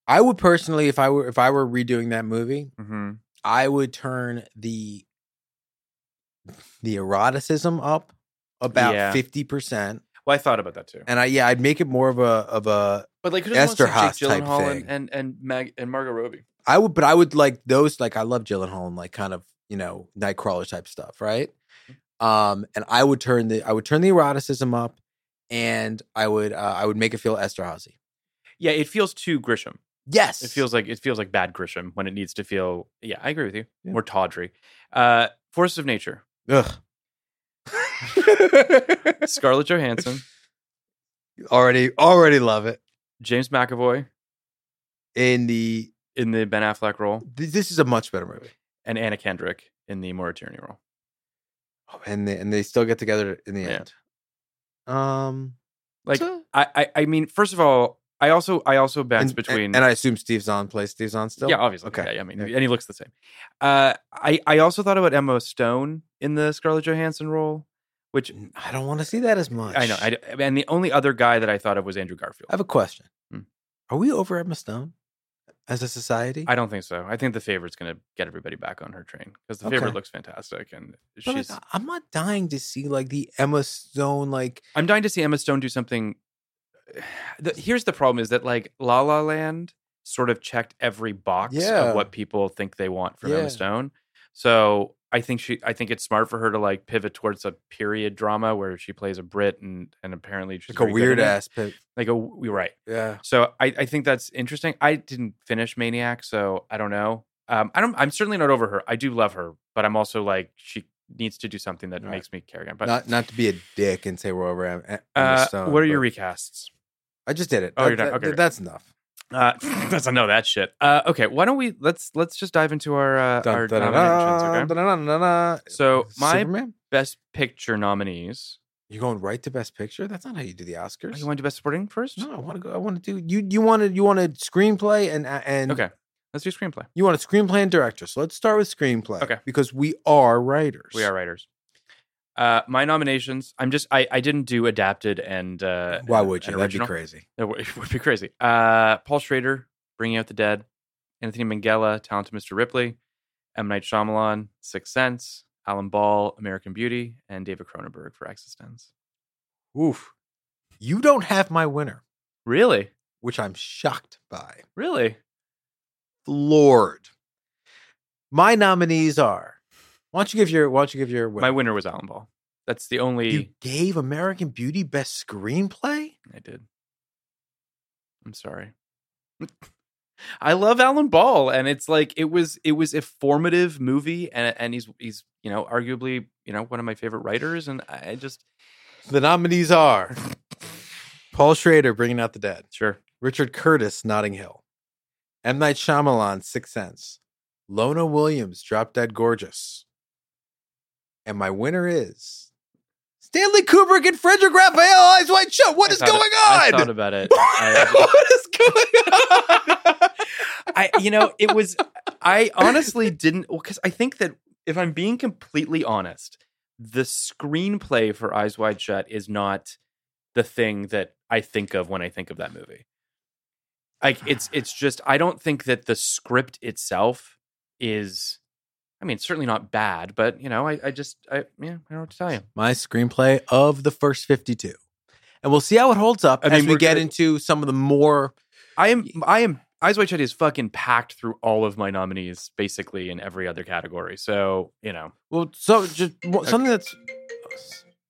Speaker 2: I would personally, if I were if I were redoing that movie,
Speaker 3: Mm-hmm.
Speaker 2: I would turn the the eroticism up
Speaker 3: Yeah.
Speaker 2: about fifty percent,
Speaker 3: Well, I thought about that too.
Speaker 2: and I yeah, I'd make it more of a of a.
Speaker 3: But like, who
Speaker 2: Esther
Speaker 3: doesn't want
Speaker 2: Haas
Speaker 3: to see
Speaker 2: type
Speaker 3: Jake Gyllenhaal
Speaker 2: thing.
Speaker 3: and and and, Mag- and Margot Robbie?
Speaker 2: I would, but I would like those like I love Gyllenhaal and like kind of you know Nightcrawler type stuff, right?
Speaker 3: Mm.
Speaker 2: Um, and I would turn the I would turn the eroticism up, and I would uh, I would make it feel Esterhazy.
Speaker 3: Yeah, it feels too Grisham.
Speaker 2: Yes.
Speaker 3: It feels like it feels like bad Grisham when it needs to feel. Yeah, I agree with you. More tawdry. Uh, Forces of Nature.
Speaker 2: Ugh.
Speaker 3: Scarlett Johansson,
Speaker 2: already, already love it.
Speaker 3: James McAvoy
Speaker 2: In the
Speaker 3: in the Ben Affleck role,
Speaker 2: th- this is a much better movie.
Speaker 3: and Anna Kendrick in the Maura Tierney role.
Speaker 2: Oh, and they, and they still get together in the
Speaker 3: Yeah.
Speaker 2: end. Um,
Speaker 3: Like
Speaker 2: so-
Speaker 3: I, I, I mean, first of all, I also I also bounce
Speaker 2: and,
Speaker 3: between
Speaker 2: and, and I assume Steve Zahn plays Steve Zahn still.
Speaker 3: Yeah, obviously.
Speaker 2: Okay.
Speaker 3: Okay. I mean, and he looks the same. Uh, I I also thought about Emma Stone in the Scarlett Johansson role, which
Speaker 2: I don't want to see that as much.
Speaker 3: I know. I, and the only other guy that I thought of was Andrew Garfield.
Speaker 2: I have a question.
Speaker 3: Hmm.
Speaker 2: Are we over Emma Stone as a society?
Speaker 3: I don't think so. I think the favorite's going to get everybody back on her train because the
Speaker 2: Okay.
Speaker 3: favorite looks fantastic, and
Speaker 2: But, like,
Speaker 3: she's.
Speaker 2: I- I'm not dying to see like the Emma Stone like
Speaker 3: I'm dying to see Emma Stone do something. The, here's the problem: is that like La La Land sort of checked every box
Speaker 2: Yeah.
Speaker 3: of what people think they want from
Speaker 2: Yeah.
Speaker 3: Emma Stone. So I think she, I think it's smart for her to like pivot towards a period drama where she plays a Brit and and apparently
Speaker 2: like
Speaker 3: she's
Speaker 2: a
Speaker 3: very good
Speaker 2: weird
Speaker 3: in it.
Speaker 2: ass pick.
Speaker 3: like a we right.
Speaker 2: Yeah.
Speaker 3: So I, I think that's interesting. I didn't finish Maniac, so I don't know. Um, I don't. I'm certainly not over her. I do love her, but I'm also like she needs to do something that
Speaker 2: Right.
Speaker 3: makes me carry on. But
Speaker 2: not not to be a dick and say we're over Em- E, Emma
Speaker 3: uh,
Speaker 2: Stone.
Speaker 3: what are your
Speaker 2: but-
Speaker 3: recasts?
Speaker 2: I just did it.
Speaker 3: Oh,
Speaker 2: That-
Speaker 3: you're done.
Speaker 2: that-
Speaker 3: Okay, great.
Speaker 2: that's enough.
Speaker 3: Uh, let's not know that shit. Uh, okay, why don't we let's let's just dive into our uh,
Speaker 2: Dun,
Speaker 3: our
Speaker 2: dun, dun,
Speaker 3: nominations. Okay,
Speaker 2: dun, dun, dun, dun.
Speaker 3: so my
Speaker 2: Superman?
Speaker 3: best picture nominees.
Speaker 2: You're going right to Best Picture. That's not how you do the
Speaker 3: Oh,
Speaker 2: Oscars.
Speaker 3: you want to do best supporting first?
Speaker 2: no, I want to go. I want to do you. You wanted you wanted screenplay and and
Speaker 3: Okay, let's do screenplay.
Speaker 2: You want a screenplay and director. So let's start with screenplay.
Speaker 3: Okay.
Speaker 2: Because we are writers.
Speaker 3: We are writers. Uh, my nominations. I'm just I I didn't do adapted and uh,
Speaker 2: Why
Speaker 3: and-
Speaker 2: would you?
Speaker 3: and
Speaker 2: That'd be
Speaker 3: original.
Speaker 2: crazy.
Speaker 3: It would, it would be crazy. Uh, Paul Schrader, Bringing Out the Dead, Anthony Minghella, Talented Mr. Ripley, M. Night Shyamalan, Sixth Sense, Alan Ball, American Beauty, and David Cronenberg for Existence.
Speaker 2: Oof. You don't have my winner,
Speaker 3: Really?
Speaker 2: which I'm shocked by.
Speaker 3: Really?
Speaker 2: Floored. My nominees are. Why don't you give your Why don't you give your
Speaker 3: My
Speaker 2: winner?
Speaker 3: winner was Alan Ball. That's the only
Speaker 2: you gave American Beauty best screenplay.
Speaker 3: I did. I'm sorry. I love Alan Ball, and it's like it was it was a formative movie, and and he's he's you know arguably you know one of my favorite writers, and I just
Speaker 2: The nominees are Paul Schrader, Bringing Out the Dead.
Speaker 3: sure
Speaker 2: Richard Curtis, Notting Hill. M. Night Shyamalan, Sixth Sense. Lona Williams, Drop Dead Gorgeous. And my winner is Stanley Kubrick and Frederick Raphael, Eyes Wide Shut. What
Speaker 3: I
Speaker 2: is
Speaker 3: thought-
Speaker 2: going
Speaker 3: I
Speaker 2: on?
Speaker 3: thought about it. I,
Speaker 2: what is going on?
Speaker 3: I- you know, it was. I honestly didn't because I think that if I'm being completely honest, the screenplay for Eyes Wide Shut is not the thing that I think of when I think of that movie. Like it's it's just I don't think that the script itself is. I mean, certainly not bad, but you know, I, I just I yeah, I don't know what to tell you.
Speaker 2: my screenplay of the first 52. And we'll see how it holds up
Speaker 3: I mean,
Speaker 2: as we
Speaker 3: we're
Speaker 2: get
Speaker 3: gonna-
Speaker 2: into some of the more.
Speaker 3: I am I am Eyes Wide Shut is fucking packed through all of my nominees, basically in every other category. So you know,
Speaker 2: Well, so just well, something that's.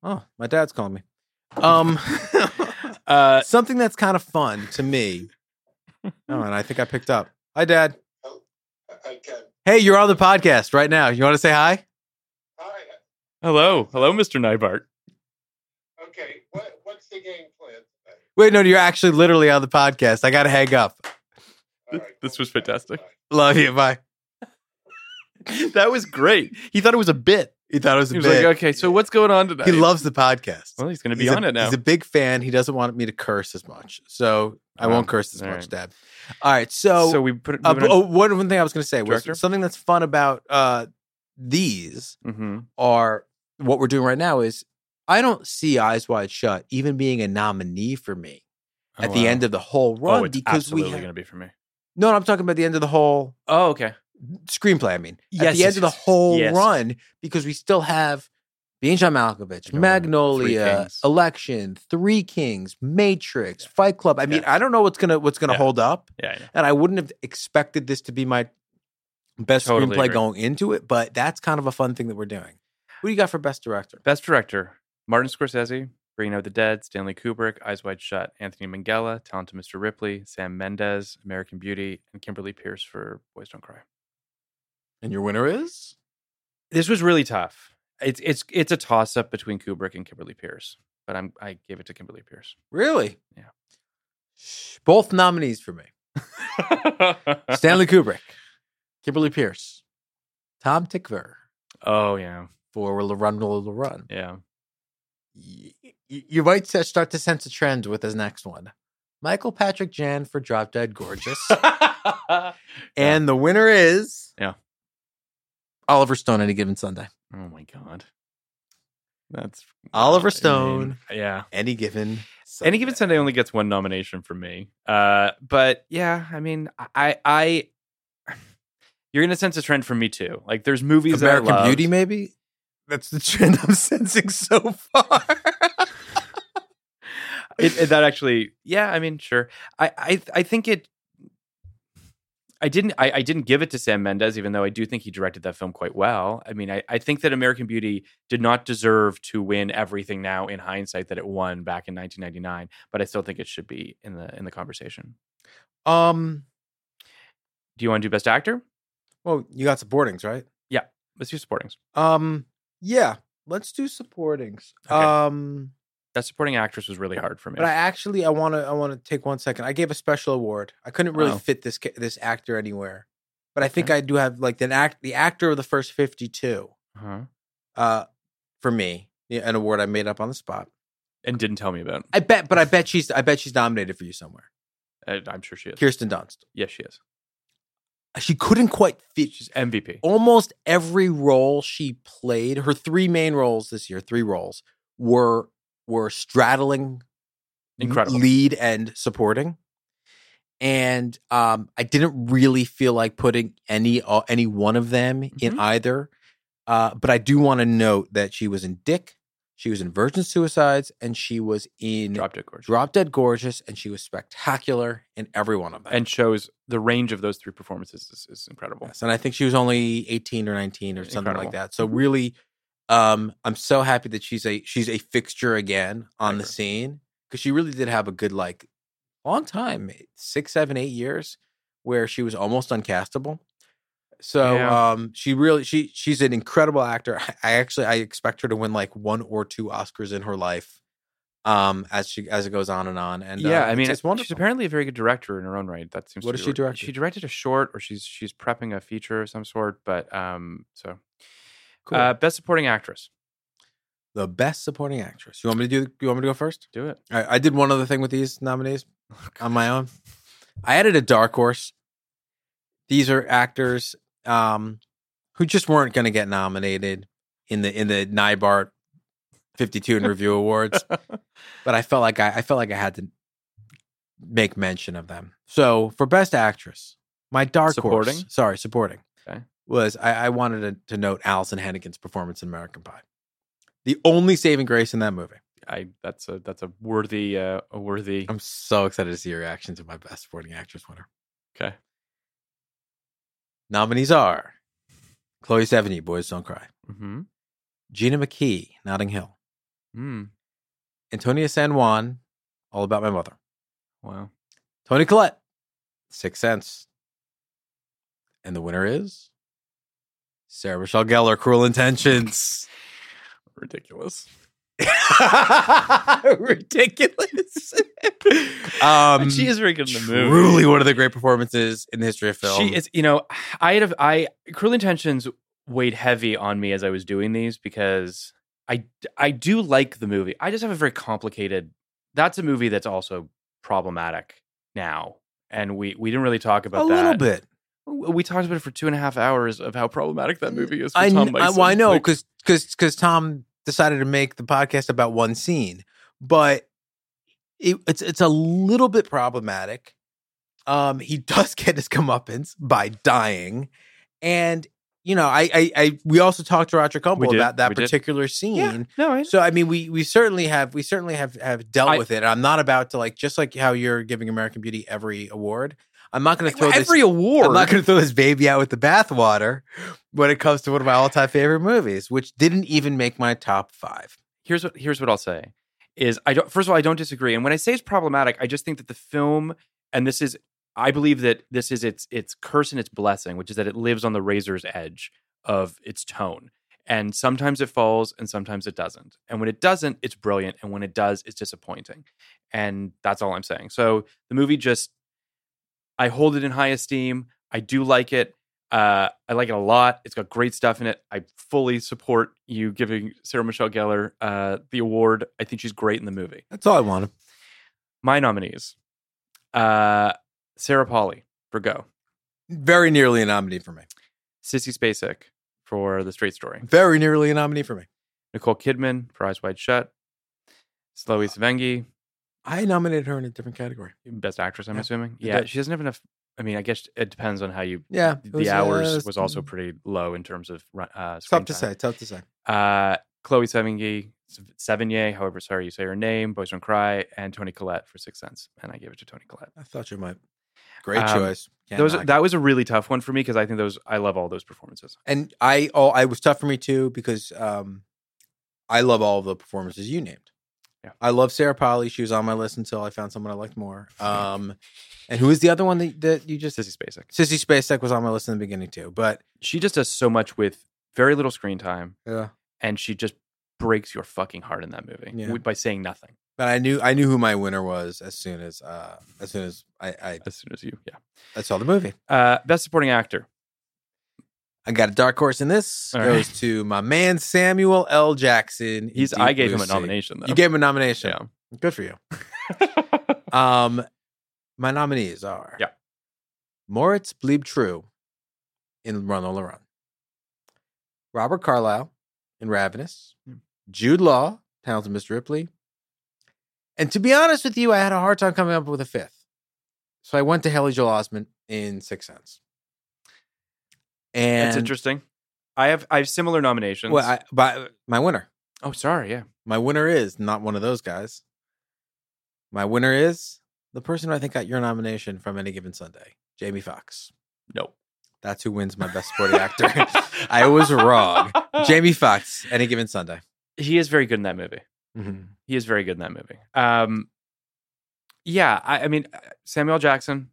Speaker 2: Oh, my dad's calling me. Um.
Speaker 3: uh,
Speaker 2: something that's kind of fun to me. oh, and I think I picked up. Hi, Dad. Hey, you're on the podcast right now. You want to say hi?
Speaker 3: hello, hello, Mr. Nybart.
Speaker 5: Okay, what, what's the game plan today?
Speaker 2: Wait, no, you're actually literally on the podcast. I got to hang up.
Speaker 5: All
Speaker 3: This
Speaker 5: cool.
Speaker 3: was fantastic.
Speaker 5: Bye.
Speaker 2: Love you. Bye.
Speaker 3: That was great. He thought it was a bit.
Speaker 2: He thought it was a
Speaker 3: He was
Speaker 2: bit.
Speaker 3: like, okay, so what's going on tonight?
Speaker 2: he loves the podcast.
Speaker 3: Well, he's going to be
Speaker 2: He's a-
Speaker 3: on it now.
Speaker 2: He's a big fan. He doesn't want me to curse as much, so I
Speaker 3: Oh,
Speaker 2: won't curse as
Speaker 3: all
Speaker 2: much,
Speaker 3: right.
Speaker 2: Dad. All right, so
Speaker 3: so we put.
Speaker 2: uh, but- oh, one one thing I was going to say was
Speaker 3: Director?
Speaker 2: something that's fun about uh, these
Speaker 3: mm-hmm.
Speaker 2: are what we're doing right now is I don't see Eyes Wide Shut even being a nominee for me at the end of the whole run
Speaker 3: oh, it's
Speaker 2: because we
Speaker 3: absolutely
Speaker 2: have,
Speaker 3: going to be for me.
Speaker 2: no, no, I'm talking about the end of the whole
Speaker 3: Oh, okay.
Speaker 2: screenplay. I mean, at
Speaker 3: Yes,
Speaker 2: the end
Speaker 3: yes,
Speaker 2: of the
Speaker 3: yes, yes,
Speaker 2: whole
Speaker 3: yes.
Speaker 2: run because we still have being John Malkovich,
Speaker 3: Oh, Three
Speaker 2: Magnolia,
Speaker 3: Kings.
Speaker 2: Election, Three Kings, Matrix, Fight Club. I mean,
Speaker 3: Yeah.
Speaker 2: I don't know what's gonna what's gonna
Speaker 3: Yeah.
Speaker 2: hold up,
Speaker 3: Yeah, I know.
Speaker 2: and I wouldn't have expected this to be my best
Speaker 3: Totally
Speaker 2: screenplay
Speaker 3: agree.
Speaker 2: going into it, but that's kind of a fun thing that we're doing. What do you got for best director?
Speaker 3: Best director: Martin Scorsese, Bringing Out the Dead, Stanley Kubrick, Eyes Wide Shut, Anthony Minghella, Talented Mr. Ripley, Sam Mendes, American Beauty, and Kimberly Pierce for Boys Don't Cry.
Speaker 2: And your winner is?
Speaker 3: This was really tough. It's it's it's a toss up between Kubrick and Kimberly Pierce, but I'm I gave it to Kimberly Pierce.
Speaker 2: Really?
Speaker 3: Yeah.
Speaker 2: Both nominees for me Stanley Kubrick, Kimberly Pierce, Tom Tickver
Speaker 3: Oh yeah,
Speaker 2: for La Run La Run.
Speaker 3: yeah.
Speaker 2: Y- y- You might se- start to sense a trend with his next one. Michael Patrick Jan for Drop Dead Gorgeous.
Speaker 3: oh
Speaker 2: and the winner is
Speaker 3: Yeah.
Speaker 2: Oliver Stone any given Sunday.
Speaker 3: Oh my god, that's
Speaker 2: Oliver
Speaker 3: I mean,
Speaker 2: Stone.
Speaker 3: yeah.
Speaker 2: Any given Sunday.
Speaker 3: Any given Sunday only gets one nomination from me. Uh, but yeah, I mean, I, I, you're gonna sense a trend from me too. Like, there's movies that I
Speaker 2: American
Speaker 3: love.
Speaker 2: Beauty, maybe? That's the trend I'm sensing so far.
Speaker 3: It, it- that actually, yeah, I mean, sure. I, I, I think it. I didn't. I, I didn't give it to Sam Mendes, even though I do think he directed that film quite well. I mean, I, I think that American Beauty did not deserve to win everything now in hindsight that it won back in 1999, but I still think it should be in the in the conversation.
Speaker 2: um,
Speaker 3: Do you want to do Best Actor?
Speaker 2: well, you got supportings, right?
Speaker 3: Let's do supportings.
Speaker 2: Um, yeah, let's do supportings.
Speaker 3: Okay.
Speaker 2: Um,
Speaker 3: That supporting actress was really hard for me.
Speaker 2: but I actually I want to I want to take one second. I gave a special award. I couldn't really
Speaker 3: Oh.
Speaker 2: fit this ca- this actor anywhere, but I think
Speaker 3: Okay.
Speaker 2: I do have like the act the actor of the first fifty two.
Speaker 3: uh-huh.
Speaker 2: Uh, for me, yeah, an award I made up on the spot.
Speaker 3: and didn't tell me about.
Speaker 2: I bet, but I bet she's I bet she's nominated for you somewhere.
Speaker 3: It. I, I'm sure she is.
Speaker 2: Kirsten Dunst.
Speaker 3: Yes, she is.
Speaker 2: She couldn't quite fit.
Speaker 3: She's MVP.
Speaker 2: almost every role she played, her three main roles this year, three roles were were straddling
Speaker 3: Incredible.
Speaker 2: lead and supporting. And um, I didn't really feel like putting any uh, any one of them in
Speaker 3: Mhm.
Speaker 2: either. Uh, but I do want to note that she was in Dick, she was in Virgin Suicides, and she was in Drop,
Speaker 3: Drop dead gorgeous.
Speaker 2: Dead Gorgeous, and she was spectacular in every one of them.
Speaker 3: and shows the range of those three performances is, is incredible.
Speaker 2: Yes, and I think she was only 18 or 19 or something like
Speaker 3: Incredible.
Speaker 2: that. So really um I'm so happy that she's a she's a fixture again on the
Speaker 3: agree.
Speaker 2: scene cuz she really did have a good like long time, eh, six, seven, eight years where she was almost uncastable. So
Speaker 3: Yeah.
Speaker 2: um she really she she's an incredible actor. I, I actually I expect her to win like one or two Oscars in her life um as she as it goes on and on and
Speaker 3: yeah,
Speaker 2: uh,
Speaker 3: I mean,
Speaker 2: it's, it's wonderful.
Speaker 3: she's apparently a very good director in her own right. That seems.
Speaker 2: What
Speaker 3: to
Speaker 2: has
Speaker 3: be
Speaker 2: she
Speaker 3: what-
Speaker 2: directed?
Speaker 3: She directed a short, or she's she's prepping a feature of some sort. But um, so
Speaker 2: Cool.
Speaker 3: uh, best supporting actress.
Speaker 2: the best supporting actress. You want me to do you want me to go first?
Speaker 3: Do it.
Speaker 2: I, I did one other thing with these nominees
Speaker 3: Oh,
Speaker 2: on my own. I added a dark horse. These are actors um, who just weren't going to get nominated in the in the Nybart 52 and Review Awards, but I felt like I, I felt like I had to make mention of them. So for Best Actress, my dark horse,
Speaker 3: Supporting?
Speaker 2: sorry, supporting,
Speaker 3: Okay.
Speaker 2: was I, I wanted to, to note Allison Hannigan's performance in American Pie, the only saving grace in that movie.
Speaker 3: I that's a that's a worthy uh, a worthy.
Speaker 2: I'm so excited to see your reaction to my best supporting actress winner.
Speaker 3: Okay.
Speaker 2: Nominees are Chloe Sevigny, Boys Don't Cry,
Speaker 3: Mm-hmm.
Speaker 2: Gina McKee, Notting Hill,
Speaker 3: Mm.
Speaker 2: Antonia San Juan, All About My Mother,
Speaker 3: Wow.
Speaker 2: Tony Collette, Sixth Sense. And the winner is Sarah Michelle Gellar, Cruel Intentions.
Speaker 3: Ridiculous.
Speaker 2: Ridiculous. um,
Speaker 3: she is very good in the movie.
Speaker 2: Truly one of the great performances in the history of film.
Speaker 3: She is, you know, I had a, I cruel intentions weighed heavy on me as I was doing these because I I do like the movie. I just have a very complicated. That's a movie that's also problematic now, and we we didn't really talk
Speaker 2: a
Speaker 3: about that.
Speaker 2: little bit.
Speaker 3: W- We talked about it for two and a half hours of how problematic that movie is. For
Speaker 2: I,
Speaker 3: Tom
Speaker 2: kn- I,
Speaker 3: Mason.
Speaker 2: well, I know
Speaker 3: Like,
Speaker 2: because because Tom decided to make the podcast about one scene, but it, it's it's a little bit problematic. Um, he does get his comeuppance by dying, and you know, I I, I we also talked to Roger Cumble
Speaker 3: did,
Speaker 2: about that
Speaker 3: we did.
Speaker 2: particular scene.
Speaker 3: yeah, no, I,
Speaker 2: So I mean, we we certainly have we certainly have have dealt
Speaker 3: I-
Speaker 2: with it. I'm not about to like just like how you're giving American Beauty every award. I'm not going to throw this
Speaker 3: every award.
Speaker 2: I'm not going to throw this baby out with the bathwater when it comes to one of my all time favorite movies, which didn't even make my top five.
Speaker 3: here's what here's what I'll say is I don't first of all I don't disagree. And when I say it's problematic, I just think that the film and this is I believe that this is its its curse and its blessing, which is that it lives on the razor's edge of its tone. And sometimes it falls and sometimes it doesn't. And when it doesn't, it's brilliant. And when it does, it's disappointing. And that's all I'm saying. So the movie just I hold it in high esteem. I do like it. Uh, I like it a lot. It's got great stuff in it. I fully support you giving Sarah Michelle Gellar uh, the award. I think she's great in the movie.
Speaker 2: That's all I wanted.
Speaker 3: My nominees: uh, Sarah Pauli for Go,
Speaker 2: Very nearly a nominee for me.
Speaker 3: Sissy Spacek for The Straight Story,
Speaker 2: Very nearly a nominee for me.
Speaker 3: Nicole Kidman for Eyes Wide Shut,
Speaker 2: Uh,
Speaker 3: Chloe Sevigny,
Speaker 2: I nominated her in a different category.
Speaker 3: Best Actress. I'm
Speaker 2: Yeah.
Speaker 3: assuming.
Speaker 2: It
Speaker 3: Yeah,
Speaker 2: did.
Speaker 3: she doesn't have enough. I mean, I guess it depends on how you.
Speaker 2: Yeah, it
Speaker 3: the
Speaker 2: was, uh,
Speaker 3: hours
Speaker 2: it's-
Speaker 3: was also pretty low in terms of run- uh,
Speaker 2: It's
Speaker 3: screen
Speaker 2: tough to
Speaker 3: time.
Speaker 2: say. Tough to say.
Speaker 3: uh, Chloe Sevigny, Sevigny, however sorry you say her name, Boys Don't Cry, and Tony Collette for Six Sense, and I gave it to Tony Collette.
Speaker 2: I thought you might. Great
Speaker 3: Um,
Speaker 2: choice. Can't
Speaker 3: those
Speaker 2: knock it.
Speaker 3: that was a really tough one for me because I think those I love all those performances.
Speaker 2: and I oh I was tough for me too because um I love all the performances you named.
Speaker 3: Yeah.
Speaker 2: I love Sarah Polly. She was on my list until I found someone I liked more. Um, and who is the other one that, that you just
Speaker 3: Sissy Spacek,
Speaker 2: Sissy Spacek was on my list in the beginning too, but
Speaker 3: she just does so much with very little screen time,
Speaker 2: yeah.
Speaker 3: and she just breaks your fucking heart in that movie
Speaker 2: Yeah.
Speaker 3: w- by saying nothing
Speaker 2: But I knew I knew who my winner was as soon as uh as soon as I I,
Speaker 3: as soon as you yeah.
Speaker 2: I saw the movie.
Speaker 3: Uh, best supporting actor.
Speaker 2: I got a dark horse in this
Speaker 3: All
Speaker 2: goes
Speaker 3: right.
Speaker 2: to my man Samuel L. Jackson. in
Speaker 3: He's
Speaker 2: Deep
Speaker 3: I gave
Speaker 2: Blue
Speaker 3: him a
Speaker 2: Sea.
Speaker 3: nomination though.
Speaker 2: You gave him a nomination.
Speaker 3: yeah.
Speaker 2: Good for you. Um, my nominees are
Speaker 3: Yeah.
Speaker 2: Moritz Bleib True in Run Lola Run, Robert Carlyle in Ravenous,
Speaker 3: Hmm.
Speaker 2: Jude Law, Towns of Mr. Ripley. And to be honest with you, I had a hard time coming up with a fifth. So I went to Haley Joel Osment in Sixth Sense. And
Speaker 3: That's interesting. I have I have similar nominations.
Speaker 2: Well, I, but my winner.
Speaker 3: oh, sorry. Yeah.
Speaker 2: My winner is not one of those guys. My winner is the person who I think got your nomination from any given Sunday, Jamie Foxx.
Speaker 3: No.
Speaker 2: That's who wins my best supporting actor. I was wrong. Jamie Foxx, any given Sunday.
Speaker 3: he is very good in that movie. He is very good in that movie. Um, yeah, I, I mean uh, Samuel Jackson,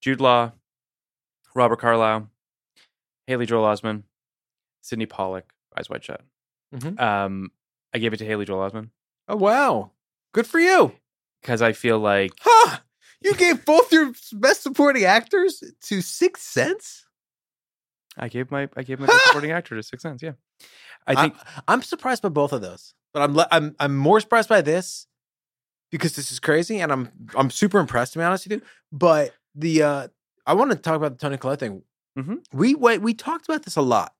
Speaker 3: Jude Law, Robert Carlyle, Haley Joel Osment, Sidney Pollock, Eyes Wide Shut.
Speaker 2: Mhm.
Speaker 3: Um, I gave it to Haley Joel Osment
Speaker 2: Oh wow, good for you!
Speaker 3: because I feel like
Speaker 2: Huh? You gave both your best supporting actors to Sixth Sense.
Speaker 3: I gave my I gave my best supporting actor to Six Sense. Yeah, I think
Speaker 2: I, am surprised by both of those, but I'm le- I'm I'm more surprised by this because this is crazy, and I'm I'm super impressed to be honest with you. But the uh, I want to talk about the Tony Collette thing.
Speaker 3: Mhm.
Speaker 2: We wait, we talked about this a lot.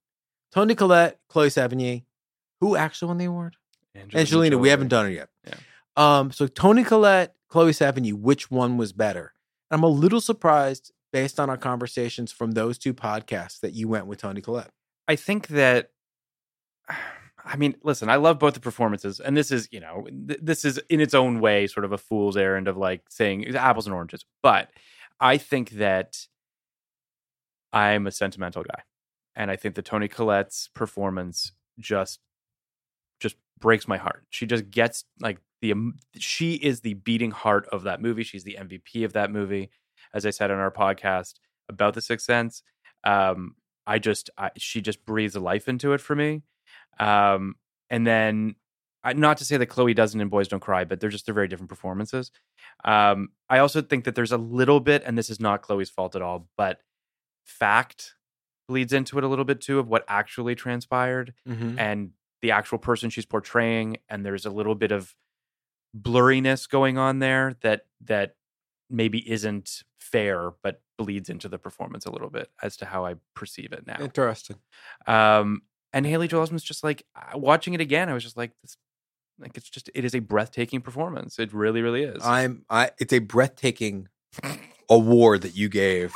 Speaker 2: Tony Collette, Chloe Sevigny, who actually won the award? Angelina. we
Speaker 3: Jolie.
Speaker 2: haven't done it yet.
Speaker 3: Yeah.
Speaker 2: Um, so Tony Collette, Chloe Sevigny, which one was better? I'm a little surprised based on our conversations from those two podcasts that you went with Tony Collette.
Speaker 3: I think that I mean, listen, I love both the performances, and this is, you know, th- this is in its own way sort of a fool's errand of like saying it's apples and oranges. But I think that I'm a sentimental guy, and I think that Tony Collette's performance just just breaks my heart. She just gets like the em- she is the beating heart of that movie. She's the MVP of that movie, as I said on our podcast about the Sixth Sense. Um, I just I, she just breathes life into it for me. Um, and then I, not to say that Chloe doesn't in Boys Don't Cry, but they're just they're very different performances. Um, I also think that there's a little bit, and this is not Chloe's fault at all, but fact bleeds into it a little bit too of what actually transpired and the actual person she's portraying and there's a little bit of blurriness going on there that that maybe isn't fair but bleeds into the performance a little bit as to how I perceive it now.
Speaker 2: Interesting.
Speaker 3: Um, and Haley Joel Osment's just like I- watching it again. I was just like, this, like it's just it is a breathtaking performance. It really, really is.
Speaker 2: I'm I it's a breathtaking award that you gave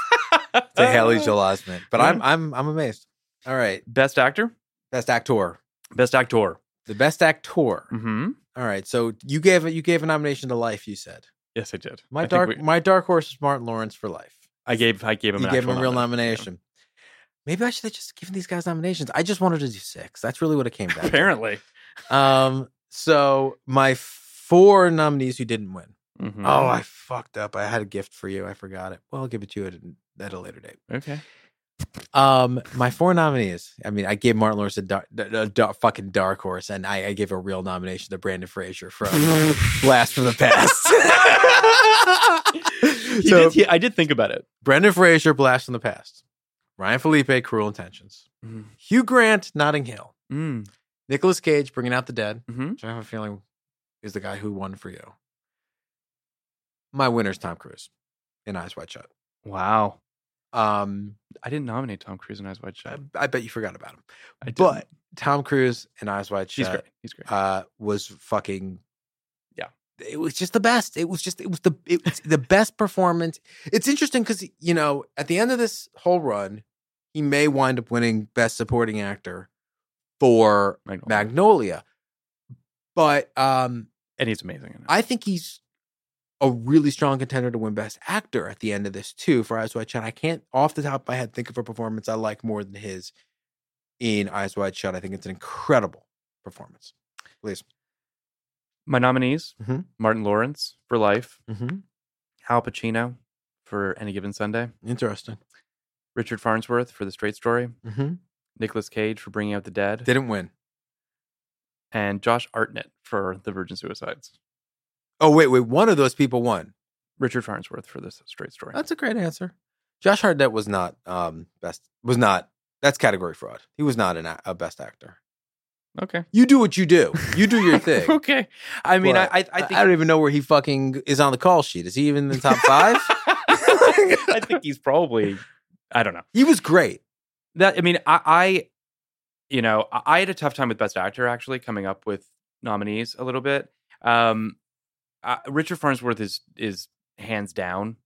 Speaker 2: to Haley Joel Osment. But I'm I'm I'm amazed. All right.
Speaker 3: best actor,
Speaker 2: Best actor.
Speaker 3: best actor.
Speaker 2: The best actor.
Speaker 3: Mm-hmm.
Speaker 2: All right. So you gave you gave a nomination to life, you said.
Speaker 3: Yes, I did.
Speaker 2: My
Speaker 3: I think
Speaker 2: dark
Speaker 3: we-
Speaker 2: my dark horse is Martin Lawrence for life.
Speaker 3: I gave. I gave him.
Speaker 2: you
Speaker 3: an
Speaker 2: gave him
Speaker 3: actual
Speaker 2: a real nomination. Maybe I should have just given these guys nominations. I just wanted to do six. That's really what it came down
Speaker 3: Apparently,
Speaker 2: to. Um so my four nominees who didn't win.
Speaker 3: Mhm.
Speaker 2: Oh, I fucked up. I had a gift for you. I forgot it. Well, I'll give it to you at, a- at a later date.
Speaker 3: okay.
Speaker 2: Um, my four nominees. I mean, I gave Martin Lawrence a, dar- a, dar- fucking dark horse, and I, I gave a real nomination to Brandon Fraser from Blast from the Past.
Speaker 3: He
Speaker 2: so
Speaker 3: did- he- I did think about it.
Speaker 2: Brandon Fraser, Blast from the Past. Ryan Felipe, Cruel Intentions.
Speaker 3: Mhm.
Speaker 2: Hugh Grant, Notting Hill.
Speaker 3: Mm.
Speaker 2: Nicolas Cage, Bringing Out the Dead.
Speaker 3: Mhm.
Speaker 2: Which I have a feeling is the guy who won for you. My winner's Tom Cruise in Eyes Wide Shut.
Speaker 3: Wow.
Speaker 2: Um,
Speaker 3: I didn't nominate Tom Cruise in Eyes Wide
Speaker 2: I,
Speaker 3: Shut.
Speaker 2: I bet you forgot about him.
Speaker 3: I didn't.
Speaker 2: But Tom Cruise in Eyes Wide
Speaker 3: he's
Speaker 2: Shut
Speaker 3: great. He's great.
Speaker 2: uh, was fucking.
Speaker 3: Yeah.
Speaker 2: it was just the best. It was just it was the it was the best performance. It's interesting because you know at the end of this whole run, he may wind up winning Best Supporting Actor for
Speaker 3: Magnolia.
Speaker 2: Magnolia, but um,
Speaker 3: and he's amazing. In it.
Speaker 2: I think he's a really strong contender to win Best Actor at the end of this too for Eyes Wide Shut. I can't off the top of my head think of a performance I like more than his in Eyes Wide Shut. I think it's an incredible performance. Please.
Speaker 3: My nominees:
Speaker 2: Mhm.
Speaker 3: Martin Lawrence for Life,
Speaker 2: Mm-hmm.
Speaker 3: Al Pacino for Any Given Sunday,
Speaker 2: Interesting.
Speaker 3: Richard Farnsworth for The Straight Story,
Speaker 2: Mm-hmm.
Speaker 3: Nicolas Cage for Bringing Out the Dead,
Speaker 2: Didn't win.
Speaker 3: and Josh Artnett for The Virgin Suicides.
Speaker 2: Oh wait, wait. One of those people won.
Speaker 3: Richard Farnsworth for this straight story.
Speaker 2: That's a great answer. Josh Hartnett was not um best. Was not. That's category fraud. He was not an, a a best actor.
Speaker 3: okay.
Speaker 2: You do what you do. You do your thing.
Speaker 3: okay. I mean, I,
Speaker 2: But
Speaker 3: I, I think
Speaker 2: I don't even know where he fucking is on the call sheet. Is he even in the top five?
Speaker 3: I think he's probably. I don't know.
Speaker 2: he was great.
Speaker 3: That I mean, I, I you know, I, I had a tough time with Best Actor actually coming up with nominees a little bit. Um, uh, Richard Farnsworth is is hands down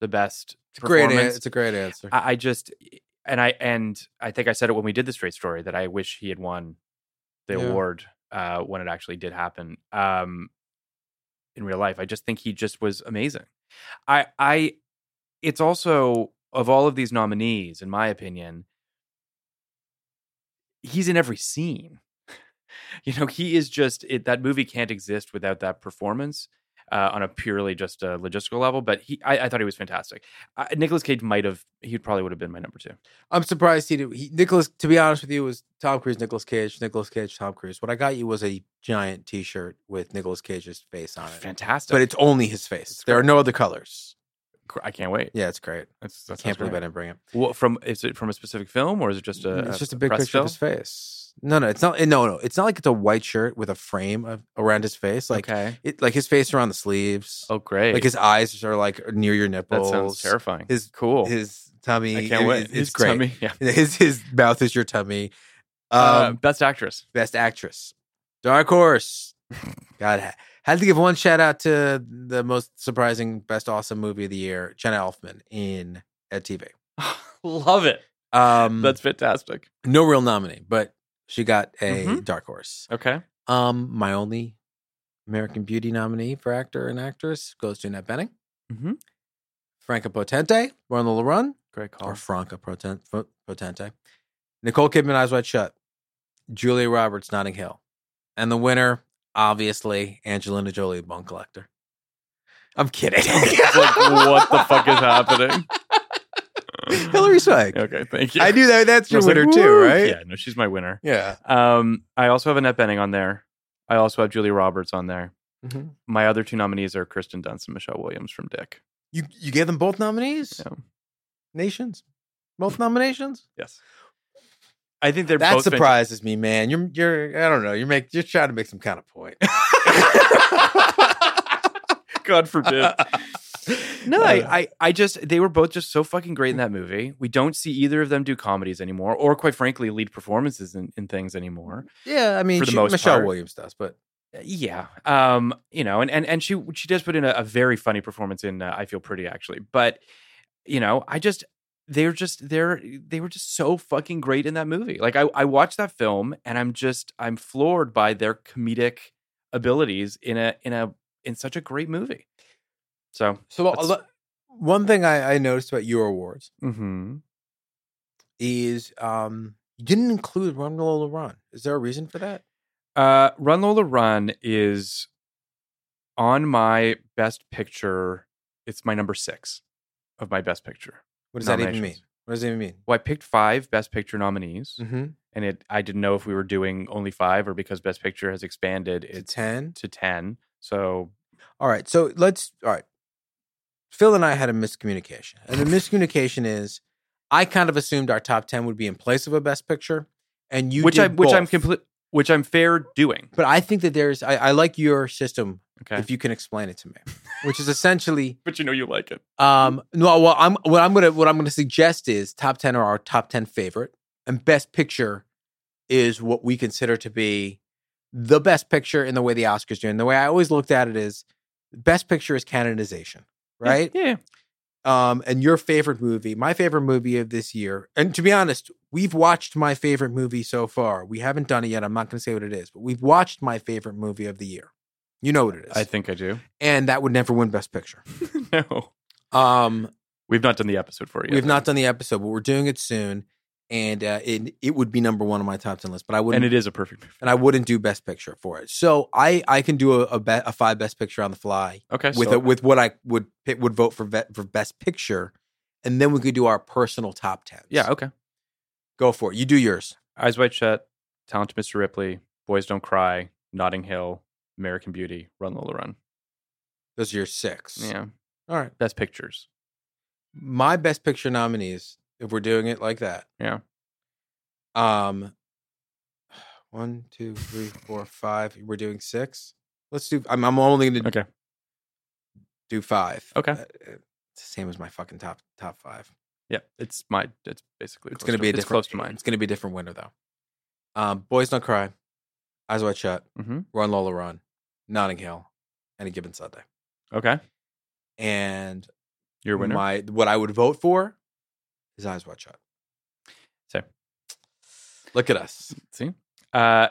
Speaker 3: the best
Speaker 2: It's a great. an-
Speaker 3: performance.
Speaker 2: It's a great answer.
Speaker 3: I, I just eh, and I and I think I said it when we did the straight story that I wish he had won the
Speaker 2: Yeah.
Speaker 3: award uh, when it actually did happen um, in real life. I just think he just was amazing. I I it's also of all of these nominees, in my opinion, he's in every scene. you know, he is just it, that movie can't exist without that performance. Uh, on a purely just a logistical level, but he, I, I thought he was fantastic. Uh, Nicholas Cage might have. He probably would have been my number two.
Speaker 2: I'm surprised he did. He, Nicholas, to be honest with you, it was Tom Cruise, Nicholas Cage, Nicholas Cage, Tom Cruise. What I got you was a giant T-shirt with Nicholas Cage's face on it.
Speaker 3: Fantastic.
Speaker 2: But it's only his face. there are no other colors.
Speaker 3: Gr- I can't wait.
Speaker 2: Yeah, it's great.
Speaker 3: That's, that
Speaker 2: Can't
Speaker 3: sounds
Speaker 2: believe I
Speaker 3: great.
Speaker 2: didn't bring it. Mm,
Speaker 3: What, from is it from a specific film or is it just a?
Speaker 2: it's just a big
Speaker 3: press
Speaker 2: picture of his
Speaker 3: fill?
Speaker 2: face. No, no, it's not. No, no, it's not like it's a white shirt with a frame of, around his face. Like
Speaker 3: okay.
Speaker 2: it, like his face around the sleeves.
Speaker 3: Oh great.
Speaker 2: Like his eyes are like near your
Speaker 3: that
Speaker 2: nipples.
Speaker 3: sounds terrifying.
Speaker 2: His
Speaker 3: cool.
Speaker 2: his tummy.
Speaker 3: I can't wait.
Speaker 2: It's, it's great.
Speaker 3: tummy, Yeah.
Speaker 2: His his mouth is your tummy. Um,
Speaker 3: Uh, best actress.
Speaker 2: Best Actress, Dark Horse. God, ha- had to give one shout out to the most surprising, best awesome movie of the year, Jenna Elfman in at TV.
Speaker 3: Love it.
Speaker 2: Um,
Speaker 3: That's fantastic.
Speaker 2: no real nominee, but she got a
Speaker 3: Mhm.
Speaker 2: Dark Horse.
Speaker 3: Okay.
Speaker 2: Um, my only American Beauty nominee for actor and actress goes to Annette Benning.
Speaker 3: Mhm.
Speaker 2: Franca Potente, Run the Run,
Speaker 3: Great call.
Speaker 2: or Franca Poten- Fo- Potente. Nicole Kidman, Eyes Wide Shut. Julia Roberts, Notting Hill. And the winner, obviously, Angelina Jolie, Bone Collector. I'm kidding.
Speaker 3: like, what the fuck is happening?
Speaker 2: Hillary Swank.
Speaker 3: Okay. Thank you.
Speaker 2: I knew that. That's
Speaker 3: I
Speaker 2: your
Speaker 3: was like,
Speaker 2: winner too,
Speaker 3: "Woo!"
Speaker 2: right?
Speaker 3: Yeah. No, she's my winner.
Speaker 2: Yeah.
Speaker 3: Um, I also have Annette Benning on there. I also have Julia Roberts on there.
Speaker 2: Mhm.
Speaker 3: My other two nominees are Kristen Dunst and Michelle Williams from Dick.
Speaker 2: You you gave them both nominees?
Speaker 3: Yeah.
Speaker 2: Nations? Both nominations?
Speaker 3: Yes. I think they're
Speaker 2: that
Speaker 3: both fanta-
Speaker 2: surprises me, man. You're you're I don't know. You're make you're trying to make some kind of point.
Speaker 3: God forbid. No,
Speaker 2: Uh,
Speaker 3: I, I, I just they were both just so fucking great in that movie. We don't see either of them do comedies anymore, or quite frankly, lead performances in, in things anymore.
Speaker 2: yeah, I mean,
Speaker 3: for the
Speaker 2: she-
Speaker 3: most
Speaker 2: Michelle
Speaker 3: part.
Speaker 2: Williams does, but
Speaker 3: Uh, Yeah, um, you know, and and and she she does put in a, a very funny performance in uh, I Feel Pretty actually, but you know, I just they're just they're they were just so fucking great in that movie. Like I I watched that film and I'm just I'm floored by their comedic abilities in a in a in such a great movie. So,
Speaker 2: so
Speaker 3: That's-
Speaker 2: lo- one thing I, I noticed about your awards
Speaker 3: mm-hmm.
Speaker 2: is um you didn't include Run Lola Run. Is there a reason for that?
Speaker 3: Uh, Run Lola Run is on my best picture, it's my number six of my best picture.
Speaker 2: What does that even mean?
Speaker 3: nominations.
Speaker 2: What does it even mean?
Speaker 3: Well, I picked five best picture nominees,
Speaker 2: Mm-hmm.
Speaker 3: and it I didn't know if we were doing only five or because best picture has expanded
Speaker 2: To
Speaker 3: it's
Speaker 2: ten.
Speaker 3: to ten. So
Speaker 2: All right. So let's. All right. Phil and I had a miscommunication, and the miscommunication is, I kind of assumed our top ten would be in place of a best picture, and you
Speaker 3: which
Speaker 2: did
Speaker 3: I which I'm
Speaker 2: both.
Speaker 3: complete which I'm fair doing.
Speaker 2: But I think that there's. I, I like your system
Speaker 3: Okay,
Speaker 2: if you can explain it to me, which is essentially.
Speaker 3: but you know you like it.
Speaker 2: Um, no, well, I'm what I'm gonna what I'm gonna suggest is top ten are our top ten favorite, and best picture is what we consider to be the best picture in the way the Oscars do. And the way I always looked at it is, best picture is canonization, right?
Speaker 3: Yeah. yeah.
Speaker 2: Um, and your favorite movie, my favorite movie of this year, and to be honest, we've watched my favorite movie so far. We haven't done it yet. I'm not gonna say what it is, but we've watched my favorite movie of the year. You know what it is,
Speaker 3: I think I do.
Speaker 2: and that would never win best picture.
Speaker 3: no.
Speaker 2: Um,
Speaker 3: We've not done the episode for you.
Speaker 2: We've not done the episode, but we're doing it soon, and uh, it it would be number one on my top ten list. But I wouldn't,
Speaker 3: and
Speaker 2: and,
Speaker 3: it is a perfect movie.
Speaker 2: I wouldn't do best picture for it. So I I can do a a, be, a five best picture on the fly
Speaker 3: Okay.
Speaker 2: with
Speaker 3: so
Speaker 2: a, with what I would pick, would vote for vet, for best picture, and then we could do our personal top ten.
Speaker 3: yeah, okay.
Speaker 2: go for it. You do yours.
Speaker 3: Eyes Wide Shut, Talented Mr. Ripley, Boys Don't Cry, Notting Hill, American Beauty, Run Lola Run.
Speaker 2: Those are your six.
Speaker 3: Yeah.
Speaker 2: All right.
Speaker 3: Best pictures.
Speaker 2: My best picture nominees, if we're doing it like that.
Speaker 3: Yeah.
Speaker 2: Um, one, two, three, four, five. We're doing six. Let's do. I'm, I'm only going to
Speaker 3: Okay.
Speaker 2: do five.
Speaker 3: Okay.
Speaker 2: Uh, it's the same as my fucking top top five.
Speaker 3: Yeah. It's my it's basically
Speaker 2: It's
Speaker 3: close
Speaker 2: going to be a
Speaker 3: it's
Speaker 2: different.
Speaker 3: close to mine.
Speaker 2: It's going to be a different winner though. Um, Boys Don't Cry, Eyes Wide Shut,
Speaker 3: Mm-hmm.
Speaker 2: Run Lola Run, Notting Hill, Any Given Sunday,
Speaker 3: Okay.
Speaker 2: and
Speaker 3: Your winner.
Speaker 2: my what I would vote for is Eyes Wide Shut.
Speaker 3: Same.
Speaker 2: Look at us.
Speaker 3: See? Uh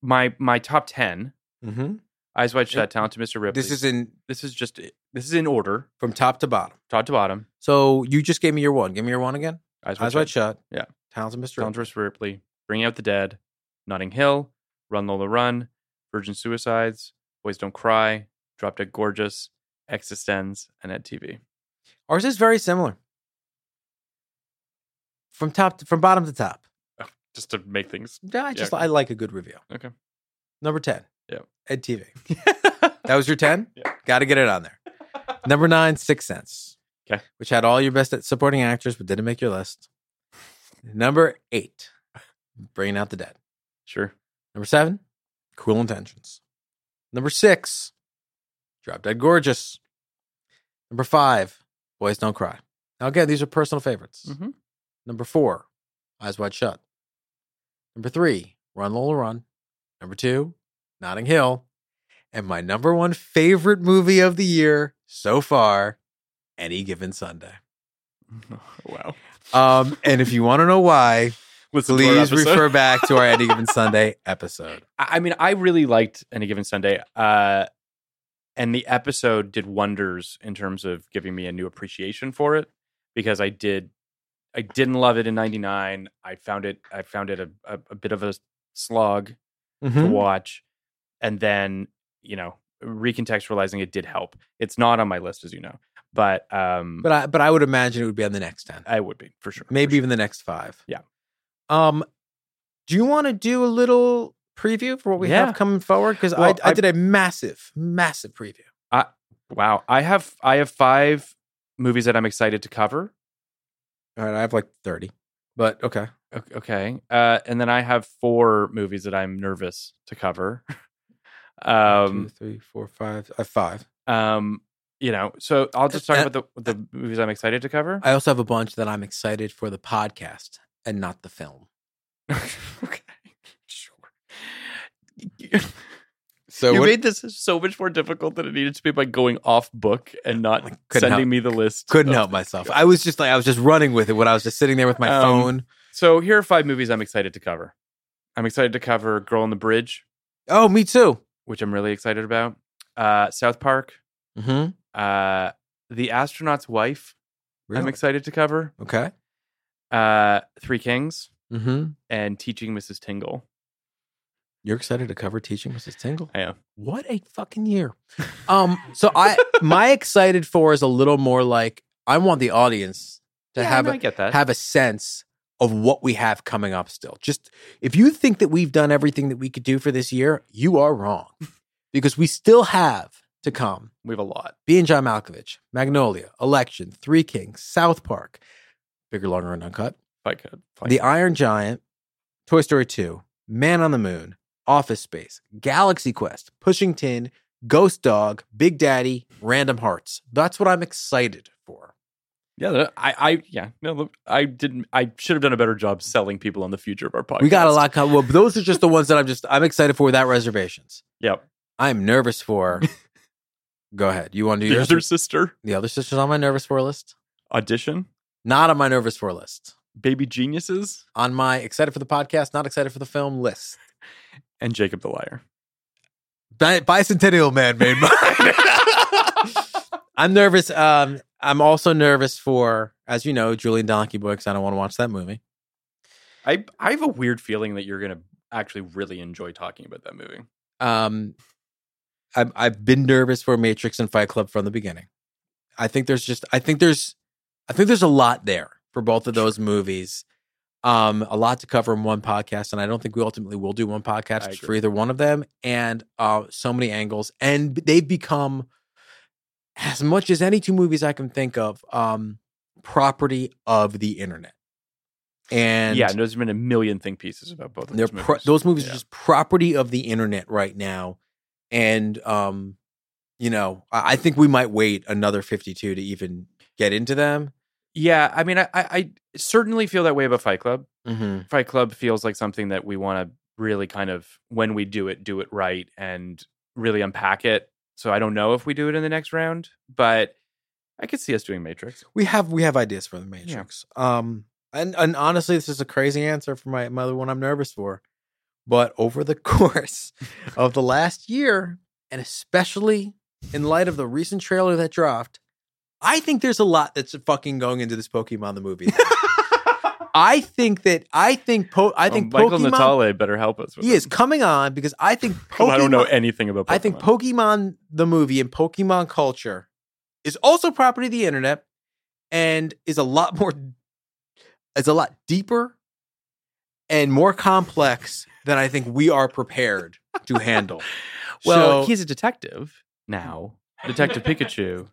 Speaker 3: my my top ten.
Speaker 2: Mm-hmm.
Speaker 3: Eyes Wide Shut, Talented Mr. Ripley.
Speaker 2: This is in
Speaker 3: this is just eh, this is in order,
Speaker 2: from top to bottom.
Speaker 3: top to bottom.
Speaker 2: So you just gave me your one. Give me your one again.
Speaker 3: Eyes Wide
Speaker 2: Eyes
Speaker 3: Shut,
Speaker 2: Wide Shut.
Speaker 3: Yeah.
Speaker 2: Towns and Mr.
Speaker 3: Talented Mr. Ripley, Bring Out the Dead, Notting Hill, Run Lola Run, Virgin Suicides, Boys Don't Cry, Drop Dead Gorgeous, Existenz, and Ed TV.
Speaker 2: Ours is very similar. From top to, from bottom to top.
Speaker 3: Just to make things.
Speaker 2: Yeah, I just
Speaker 3: okay.
Speaker 2: I like a good review.
Speaker 3: Okay.
Speaker 2: Number 10.
Speaker 3: Yeah.
Speaker 2: Ed TV. That was your 10?
Speaker 3: Yeah.
Speaker 2: Gotta get it on there. Number nine, Sixth Sense.
Speaker 3: 'Kay.
Speaker 2: Which had all your best supporting actors, but didn't make your list. Number eight, Bringing Out the Dead.
Speaker 3: sure.
Speaker 2: Number seven, Cool Intentions. Number six, Drop Dead Gorgeous. Number five, Boys Don't Cry. Now, again, these are personal favorites.
Speaker 3: Mm-hmm.
Speaker 2: Number four, Eyes Wide Shut. Number three, Run Lola Run. Number two, Notting Hill. And my number one favorite movie of the year so far, Any Given Sunday.
Speaker 3: wow.
Speaker 2: Um, and if you want to know why,
Speaker 3: Listen to our
Speaker 2: please
Speaker 3: episode.
Speaker 2: refer back to our Any Given Sunday episode.
Speaker 3: I I mean, I really liked Any Given Sunday. Uh, and the episode did wonders in terms of giving me a new appreciation for it because I did, I didn't love it in '99. I found it, I found it a, a, a bit of a slog
Speaker 2: Mm-hmm.
Speaker 3: to watch, and then you know recontextualizing it did help. It's not on my list, as you know, but um,
Speaker 2: But I but I would imagine it would be on the next ten,
Speaker 3: I, would be for sure. for
Speaker 2: maybe
Speaker 3: sure.
Speaker 2: even the next five.
Speaker 3: Yeah.
Speaker 2: Um, do you want to do a little preview for what we
Speaker 3: Yeah.
Speaker 2: have coming forward? Because
Speaker 3: Well,
Speaker 2: I, I
Speaker 3: I-
Speaker 2: did a massive, massive preview.
Speaker 3: wow. I have I have five movies that I'm excited to cover.
Speaker 2: All right, I have like thirty, but okay.
Speaker 3: Ok- Okay. Uh, and then I have four movies that I'm nervous to cover.
Speaker 2: Um, Two,
Speaker 3: um,
Speaker 2: three, four, five. I have five.
Speaker 3: um, you know, so I'll just talk
Speaker 2: Uh,
Speaker 3: about the the movies I'm excited to cover.
Speaker 2: I also have a bunch that I'm excited for the podcast and not the film.
Speaker 3: okay. Sure.
Speaker 2: So
Speaker 3: you
Speaker 2: what-
Speaker 3: made this so much more difficult than it needed to be by going off book and not
Speaker 2: I couldn't
Speaker 3: sending
Speaker 2: help-
Speaker 3: me the list.
Speaker 2: couldn't
Speaker 3: of-
Speaker 2: help myself. I was just like I was just running with it when I was just sitting there with my
Speaker 3: Um,
Speaker 2: phone.
Speaker 3: So here are five movies I'm excited to cover. I'm excited to cover Girl on the Bridge,
Speaker 2: Oh, me too.
Speaker 3: which I'm really excited about. Uh, South Park,
Speaker 2: Mm-hmm.
Speaker 3: uh, The Astronaut's Wife, I'm excited to cover
Speaker 2: Okay.
Speaker 3: uh, Three Kings
Speaker 2: Mm-hmm.
Speaker 3: and Teaching Mrs. Tingle.
Speaker 2: You're excited to cover teaching Mrs. Tingle?
Speaker 3: I am.
Speaker 2: What a fucking year. Um, so I my excited for is a little more like I want the audience to
Speaker 3: Yeah,
Speaker 2: have
Speaker 3: no,
Speaker 2: a,
Speaker 3: I get that.
Speaker 2: have a sense of what we have coming up still. Just if you think that we've done everything that we could do for this year, you are wrong. because we still have to come
Speaker 3: we have a lot.
Speaker 2: B and John Malkovich, Magnolia, Election, Three Kings, South Park, bigger, longer, and uncut.
Speaker 3: If I could. find-
Speaker 2: The Iron Giant, Toy Story 2, Man on the Moon, Office Space, Galaxy Quest, Pushing Tin, Ghost Dog, Big Daddy, Random Hearts. That's what I'm excited for.
Speaker 3: yeah, no, I, I, yeah, no, look, I didn't. I should have done a better job selling people on the future of our podcast.
Speaker 2: We got a lot coming. Well, those are just the ones that I'm just I'm excited for without reservations.
Speaker 3: Yep.
Speaker 2: I'm nervous for. Go ahead. You want to do
Speaker 3: There's
Speaker 2: your
Speaker 3: their sister
Speaker 2: the other sisters on my nervous for list?
Speaker 3: audition.
Speaker 2: Not on my nervous for list.
Speaker 3: Baby Geniuses
Speaker 2: On my excited for the podcast, not excited for the film list.
Speaker 3: and Jacob the Liar.
Speaker 2: Bi- bicentennial man made mine. I'm nervous. Um, I'm also nervous for, as you know, Julian Donkey Boy because I don't want to watch that movie.
Speaker 3: I I have a weird feeling that you're gonna actually really enjoy talking about that movie.
Speaker 2: Um, I've, I've been nervous for Matrix and Fight Club from the beginning. I think there's just, I think there's, I think there's a lot there for both of those movies. Um, a lot to cover in one podcast, and I don't think we ultimately will do one
Speaker 3: I
Speaker 2: podcast for
Speaker 3: agree.
Speaker 2: either one of them. And uh, so many angles, and they've become as much as any two movies I can think of, um, property of the internet. And
Speaker 3: yeah, and there's been a million think pieces about both of
Speaker 2: they're
Speaker 3: those
Speaker 2: pro-
Speaker 3: movies.
Speaker 2: those movies
Speaker 3: Yeah.
Speaker 2: are just property of the internet right now, and um, you know, I, I think we might wait another fifty-two to even get into them.
Speaker 3: yeah. I mean, I, I I certainly feel that way about Fight Club.
Speaker 2: Mm-hmm.
Speaker 3: Fight Club feels like something that we want to really kind of when we do it, do it right and really unpack it. So I don't know if we do it in the next round, but I could see us doing Matrix.
Speaker 2: We have we have ideas for the Matrix. Um, and and honestly, this is a crazy answer for my, my other one. I'm nervous for, but over the course of the last year, and especially in light of the recent trailer that dropped, I think there's a lot that's fucking going into this Pokemon the movie. I think that I think po- I think
Speaker 3: Well, Oh, Um, Michael
Speaker 2: Pokemon
Speaker 3: Natale better help us. With
Speaker 2: he
Speaker 3: this.
Speaker 2: is coming on because I think Pokemon,
Speaker 3: I don't know anything about. Pokemon.
Speaker 2: I think Pokemon the movie and Pokemon culture is also property of the internet and is a lot more is a lot deeper and more complex than I think we are prepared to handle.
Speaker 3: Well,
Speaker 2: So-
Speaker 3: he's a detective now. Detective Pikachu.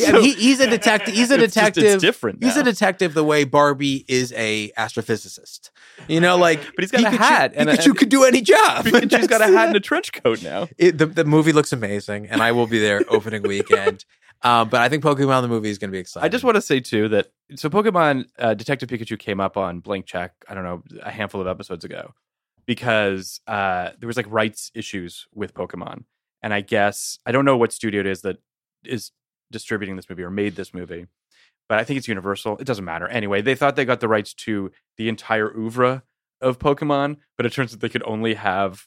Speaker 2: Yeah, I mean, he- he's a detective. He's a
Speaker 3: It's just- it's
Speaker 2: detective.
Speaker 3: different
Speaker 2: He's a
Speaker 3: now.
Speaker 2: detective the way Barbie is a astrophysicist. You know, like
Speaker 3: But he's got a hat and a-
Speaker 2: Pikachu could do any job.
Speaker 3: Pikachu's got a
Speaker 2: That's-
Speaker 3: hat and a trench coat now.
Speaker 2: it, the, the movie looks amazing, and I will be there opening weekend. Um, but I think Pokemon the movie is going to be exciting.
Speaker 3: I just want to say too that so Pokemon uh, Detective Pikachu came up on Blank Check. I don't know a handful of episodes ago because uh, there was like rights issues with Pokemon, and I guess I don't know what studio it is that is distributing this movie or made this movie, but I think it's Universal. It doesn't matter anyway. They thought they got the rights to the entire oeuvre of Pokemon, but it turns out they could only have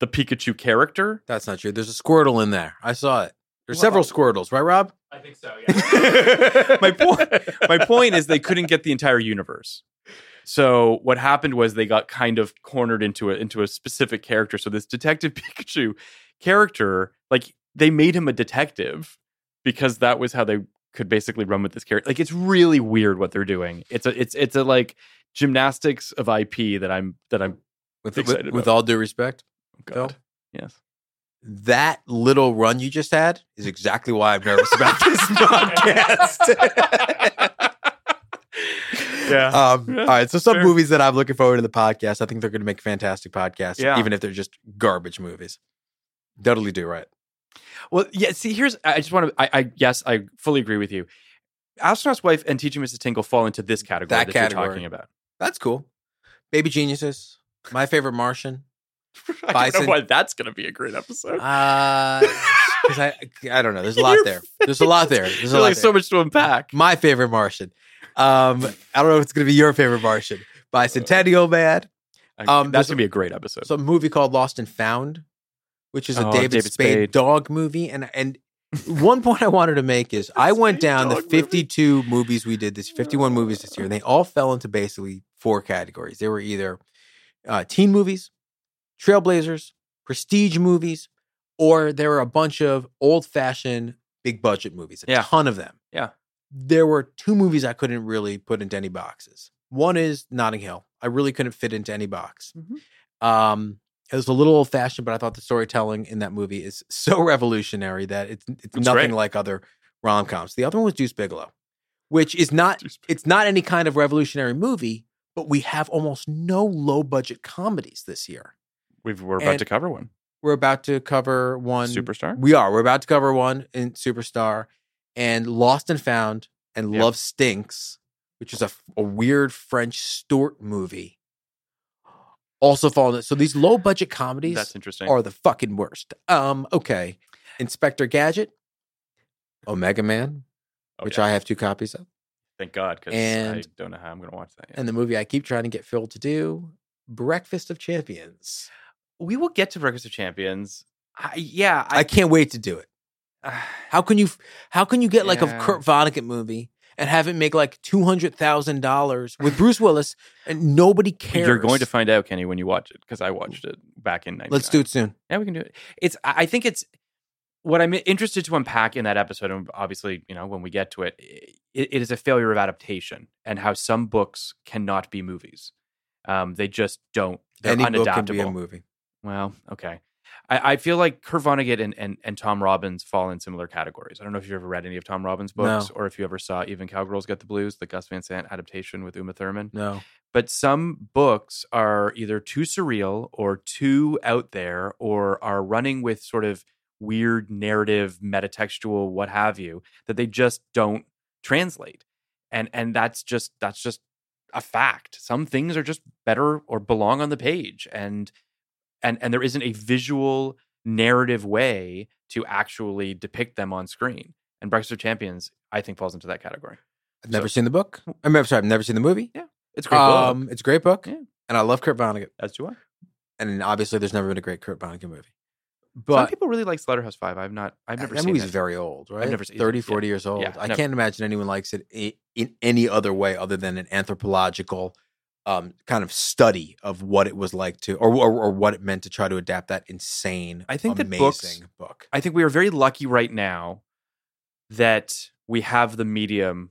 Speaker 3: the Pikachu character.
Speaker 2: That's not true. There's a Squirtle in there. I saw it. There's
Speaker 3: Well,
Speaker 2: several Squirtles, right, Rob?
Speaker 3: I think so. Yeah. my point. My point is they couldn't get the entire universe. So what happened was they got kind of cornered into a into a specific character. So this Detective Pikachu character, like they made him a detective because that was how they could basically run with this character. Like it's really weird what they're doing. It's a it's it's a like gymnastics of IP that I'm that I'm
Speaker 2: With
Speaker 3: Excited
Speaker 2: with, with
Speaker 3: about
Speaker 2: all due respect,
Speaker 3: God.
Speaker 2: Phil?
Speaker 3: Yes.
Speaker 2: that little run you just had is exactly why I'm nervous about this podcast.
Speaker 3: Yeah.
Speaker 2: Um,
Speaker 3: Yeah,
Speaker 2: all right, so some
Speaker 3: fair.
Speaker 2: movies that I'm looking forward to the podcast. I think they're going to make fantastic podcasts,
Speaker 3: Yeah.
Speaker 2: even if they're just garbage movies. Dudley Do Right.
Speaker 3: Well, yeah. See, here's I I just want to. I, I yes, I fully agree with you. Astronaut's wife and teaching Mrs. Tingle fall into this category
Speaker 2: That
Speaker 3: that,
Speaker 2: category.
Speaker 3: you're talking about.
Speaker 2: That's cool. Baby Geniuses. My favorite Martian.
Speaker 3: I don't
Speaker 2: Bison.
Speaker 3: know why that's going to be a great episode.
Speaker 2: Uh, 'cause I, I don't know. There's a lot
Speaker 3: You're
Speaker 2: there. There's a lot there. There's
Speaker 3: There's
Speaker 2: a lot
Speaker 3: like so
Speaker 2: there.
Speaker 3: much to unpack.
Speaker 2: My favorite Martian. Um, I don't know if it's going to be your favorite Martian. Bicentennial Man.
Speaker 3: I-
Speaker 2: Um,
Speaker 3: that's
Speaker 2: there's a-
Speaker 3: going to be a great episode.
Speaker 2: some movie called Lost and Found, which is a
Speaker 3: Oh,
Speaker 2: David,
Speaker 3: David
Speaker 2: Spade,
Speaker 3: Spade.
Speaker 2: dog movie. And and one point I wanted to make is I went
Speaker 3: Spade
Speaker 2: down the
Speaker 3: dog movie.
Speaker 2: 52 movies we did this 51 movies this year, and they all fell into basically four categories. They were either uh, teen movies, Trailblazers, prestige movies, or there were a bunch of old fashioned big budget movies, a
Speaker 3: Yeah.
Speaker 2: ton of them.
Speaker 3: Yeah.
Speaker 2: There were two movies I couldn't really put into any boxes. One is Notting Hill. I really couldn't fit into any box. Um, it was a little old fashioned, but I thought the storytelling in that movie is so revolutionary that it's it's, nothing
Speaker 3: great.
Speaker 2: like other rom coms. The other one was Deuce Bigelow, which is not it's not any kind of revolutionary movie, but we have almost no low budget comedies this year.
Speaker 3: We've, we're about
Speaker 2: And-
Speaker 3: to cover one.
Speaker 2: We're about to cover one
Speaker 3: Superstar.
Speaker 2: We are. We're about to cover one in Superstar and Lost and Found and
Speaker 3: Yeah.
Speaker 2: Love Stinks, which is a, a weird French Stort movie. Also fallen. So these low budget comedies
Speaker 3: That's interesting.
Speaker 2: are the fucking worst. Um, okay. Inspector Gadget, Omega Man,
Speaker 3: Oh,
Speaker 2: which
Speaker 3: yeah.
Speaker 2: I have two copies of,
Speaker 3: Thank God, because I
Speaker 2: and-
Speaker 3: don't know how I'm going to watch that. Yet.
Speaker 2: and the movie I keep trying to get Phil to do, Breakfast of Champions.
Speaker 3: we will get to Breakfast of Champions. I, yeah,
Speaker 2: I,
Speaker 3: I,
Speaker 2: can't wait to do it. How can you how can you get like a
Speaker 3: Yeah.
Speaker 2: Kurt Vonnegut movie and have it make like two hundred thousand dollars with Bruce Willis and nobody cares?
Speaker 3: You're going to find out, Kenny, when you watch it, because I watched it back in 99.
Speaker 2: Let's do it soon.
Speaker 3: Yeah, we can do it. It's. I I think it's what I'm interested to unpack in that episode, and obviously, you know, when we get to it, it, it is a failure of adaptation and how some books cannot be movies. Um, they just don't. They're
Speaker 2: Any
Speaker 3: unadaptable.
Speaker 2: book can be a movie.
Speaker 3: Well, okay. I, I feel like Kurt Vonnegut and, and, and Tom Robbins fall in similar categories. I don't know if you've ever read any of Tom Robbins'
Speaker 2: No.
Speaker 3: books or if you ever saw Even Cowgirls Get the Blues, the Gus Van Sant adaptation with Uma Thurman
Speaker 2: No.
Speaker 3: but some books are either too surreal or too out there or are running with sort of weird narrative metatextual what have you that they just don't translate and and that's just that's just a fact some things are just better or belong on the page and and and there isn't a visual narrative way to actually depict them on screen and breakfast of champions i think falls into that category
Speaker 2: I've never
Speaker 3: So-
Speaker 2: seen the book. I'm never sorry, I've never seen the movie. Um,
Speaker 3: it's a great book.
Speaker 2: It's a great book.
Speaker 3: Yeah.
Speaker 2: And I love Kurt Vonnegut.
Speaker 3: as do i
Speaker 2: And obviously there's never been a great Kurt Vonnegut movie.
Speaker 3: Some
Speaker 2: But
Speaker 3: people really like Slaughterhouse Five. I've not. I've never
Speaker 2: that
Speaker 3: seen
Speaker 2: movie's
Speaker 3: it.
Speaker 2: very old, right?
Speaker 3: never seen it.
Speaker 2: 30,
Speaker 3: Yeah.
Speaker 2: 40 years old.
Speaker 3: Yeah,
Speaker 2: I
Speaker 3: never-
Speaker 2: can't imagine anyone likes it i- in any other way other than an anthropological um, kind of study of what it was like to, or, or, or what it meant to try to adapt that insane,
Speaker 3: I think that
Speaker 2: amazing
Speaker 3: books-
Speaker 2: book.
Speaker 3: I think we are very lucky right now that we have the medium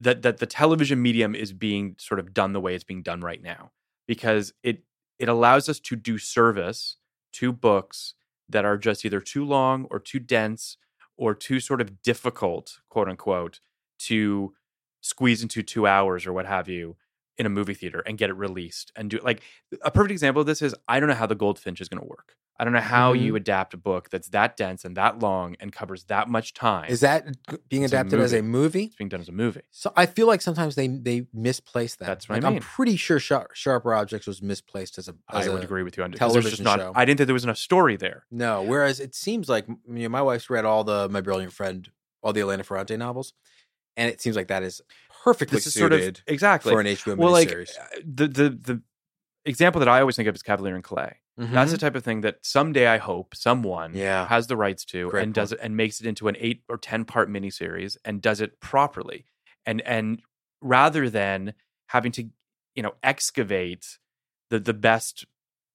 Speaker 3: that that the television medium is being sort of done the way it's being done right now because it it allows us to do service to books that are just either too long or too dense or too sort of difficult quote unquote to squeeze into 2 hours or what have you in a movie theater and get it released and do like a perfect example of this is I don't know how the goldfinch is going to work. I don't know how
Speaker 2: Mhm.
Speaker 3: you adapt a book that's that dense and that long and covers that much time.
Speaker 2: Is that being
Speaker 3: It's a
Speaker 2: adapted as a movie?
Speaker 3: it's being done as a movie?
Speaker 2: So I feel like sometimes they they misplace that.
Speaker 3: That's what I
Speaker 2: Like,
Speaker 3: mean.
Speaker 2: I'm pretty sure Sharp, Sharper Objects was misplaced as a.
Speaker 3: I
Speaker 2: as
Speaker 3: would
Speaker 2: a-
Speaker 3: agree with you on because there's just
Speaker 2: television show.
Speaker 3: not. I didn't think there was enough story there.
Speaker 2: No, whereas it seems like you know, my wife's read all the My Brilliant Friend, all the Elena Ferrante novels, and it seems like that is perfectly
Speaker 3: This is sort
Speaker 2: suited.
Speaker 3: of exactly
Speaker 2: for an HBO
Speaker 3: well, like
Speaker 2: miniseries.
Speaker 3: uh, the the the example that I always think of is Cavalier and Clay.
Speaker 2: Mm-hmm.
Speaker 3: That's the type of thing that someday I hope someone
Speaker 2: Yeah.
Speaker 3: has the rights to
Speaker 2: Great
Speaker 3: and does it
Speaker 2: point.
Speaker 3: and makes it into an eight or ten part miniseries and does it properly. And and rather than having to, you know, excavate the the best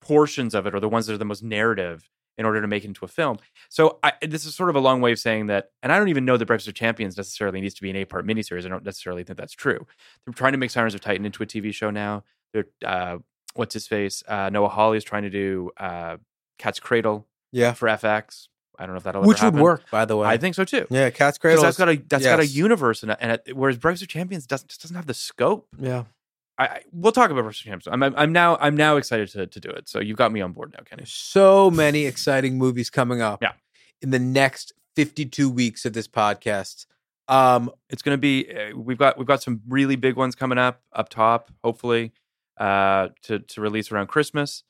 Speaker 3: portions of it or the ones that are the most narrative in order to make it into a film. So I, this is sort of a long way of saying that, and I don't even know that Breakfast of Champions necessarily needs to be an eight part miniseries. I don't necessarily think that's true. They're trying to make Sirens of Titan into a TV show now. They're uh, what's his face? Uh, Noah Hawley is trying to do uh, Cat's Cradle
Speaker 2: yeah,
Speaker 3: for FX. I don't know if that'll ever
Speaker 2: which would
Speaker 3: happen.
Speaker 2: work, by the way.
Speaker 3: I think so too.
Speaker 2: Yeah, Cat's
Speaker 3: Because
Speaker 2: Cradle.
Speaker 3: that's got a that's got a
Speaker 2: yes.
Speaker 3: universe and and it, whereas Breakfast of Champions doesn't just doesn't have the scope.
Speaker 2: yeah.
Speaker 3: I, I we'll talk about Breakfast of Champions. I'm, I'm I'm now I'm now excited to to do it. So you've got me on board now, Kenny.
Speaker 2: There's so many exciting movies coming up.
Speaker 3: Yeah.
Speaker 2: in the next 52 weeks of this podcast. Um,
Speaker 3: it's going to be uh, we've got we've got some really big ones coming up up top hopefully uh to to release around christmas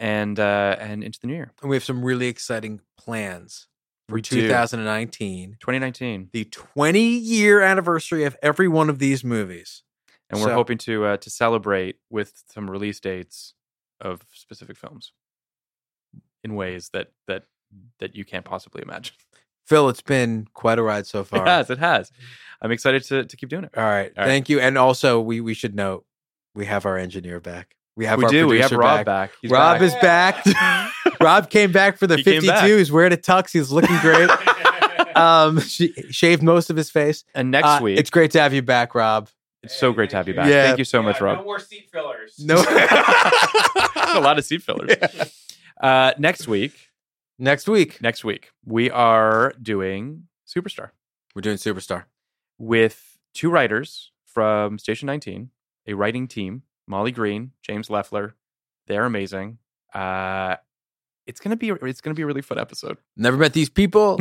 Speaker 3: and uh and into the new year
Speaker 2: and we have some really exciting plans for
Speaker 3: We do.
Speaker 2: 2019.
Speaker 3: 2019
Speaker 2: The 20 year anniversary of every one of these movies.
Speaker 3: and we're
Speaker 2: So-
Speaker 3: hoping to uh to celebrate with some release dates of specific films in ways that that that you can't possibly imagine
Speaker 2: Phil, it's been quite a ride so far.
Speaker 3: it has it has i'm excited to to keep doing it
Speaker 2: All right.
Speaker 3: All right.
Speaker 2: Thank you. And also, we we should note we have our engineer back. We have
Speaker 3: we
Speaker 2: our
Speaker 3: do. We have
Speaker 2: producer
Speaker 3: Rob back. He's
Speaker 2: Rob
Speaker 3: back.
Speaker 2: is back. Rob came back for the
Speaker 3: He came
Speaker 2: 52.
Speaker 3: back.
Speaker 2: He's wearing a tux. He's looking great. um, she, shaved most of his face.
Speaker 3: And next
Speaker 2: Uh,
Speaker 3: week,
Speaker 2: It's
Speaker 3: it's,
Speaker 2: great to have you back, Rob.
Speaker 3: so great to have you back.
Speaker 2: Yeah.
Speaker 3: Thank you so much, Rob.
Speaker 6: No more seat fillers.
Speaker 2: No,
Speaker 3: a lot of seat fillers. Uh, next week,
Speaker 2: next week
Speaker 3: next week, we are doing Superstar
Speaker 2: we're doing Superstar.
Speaker 3: with two writers from Station 19, a writing team, Molly Green, James Leffler. They're amazing. Uh, it's gonna be it's gonna be a really fun episode.
Speaker 2: Never met these people.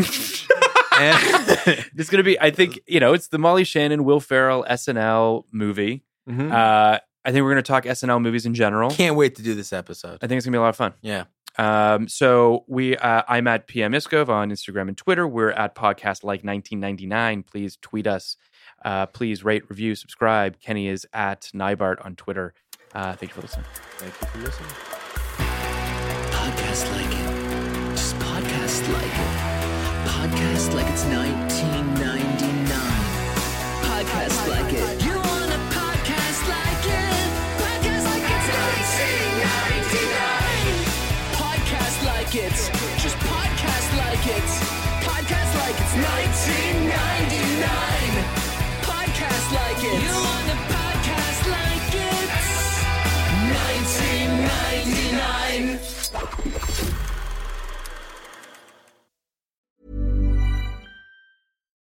Speaker 2: And-
Speaker 3: It's gonna be, I think, you know, it's the Molly Shannon, Will Ferrell SNL movie.
Speaker 2: Mhm.
Speaker 3: Uh, I think we're gonna talk SNL movies in general.
Speaker 2: Can't wait to do this episode.
Speaker 3: I think it's gonna be a lot of fun.
Speaker 2: Yeah.
Speaker 3: Um, so we, uh, I'm at PM Iskov on Instagram and Twitter. We're at podcast like 1999. Please tweet us. Uh, please rate, review, subscribe. Kenny is at Nybart on Twitter. Uh, thank you for listening.
Speaker 1: Podcast like it. Just podcast like it. Podcast like it's 1999. Podcast like it. You want a podcast like it? Podcast like it's 1999. Podcast like it. Just podcast like it. Podcast like it's 1999. Podcast like it. You want a podcast like it? 1999.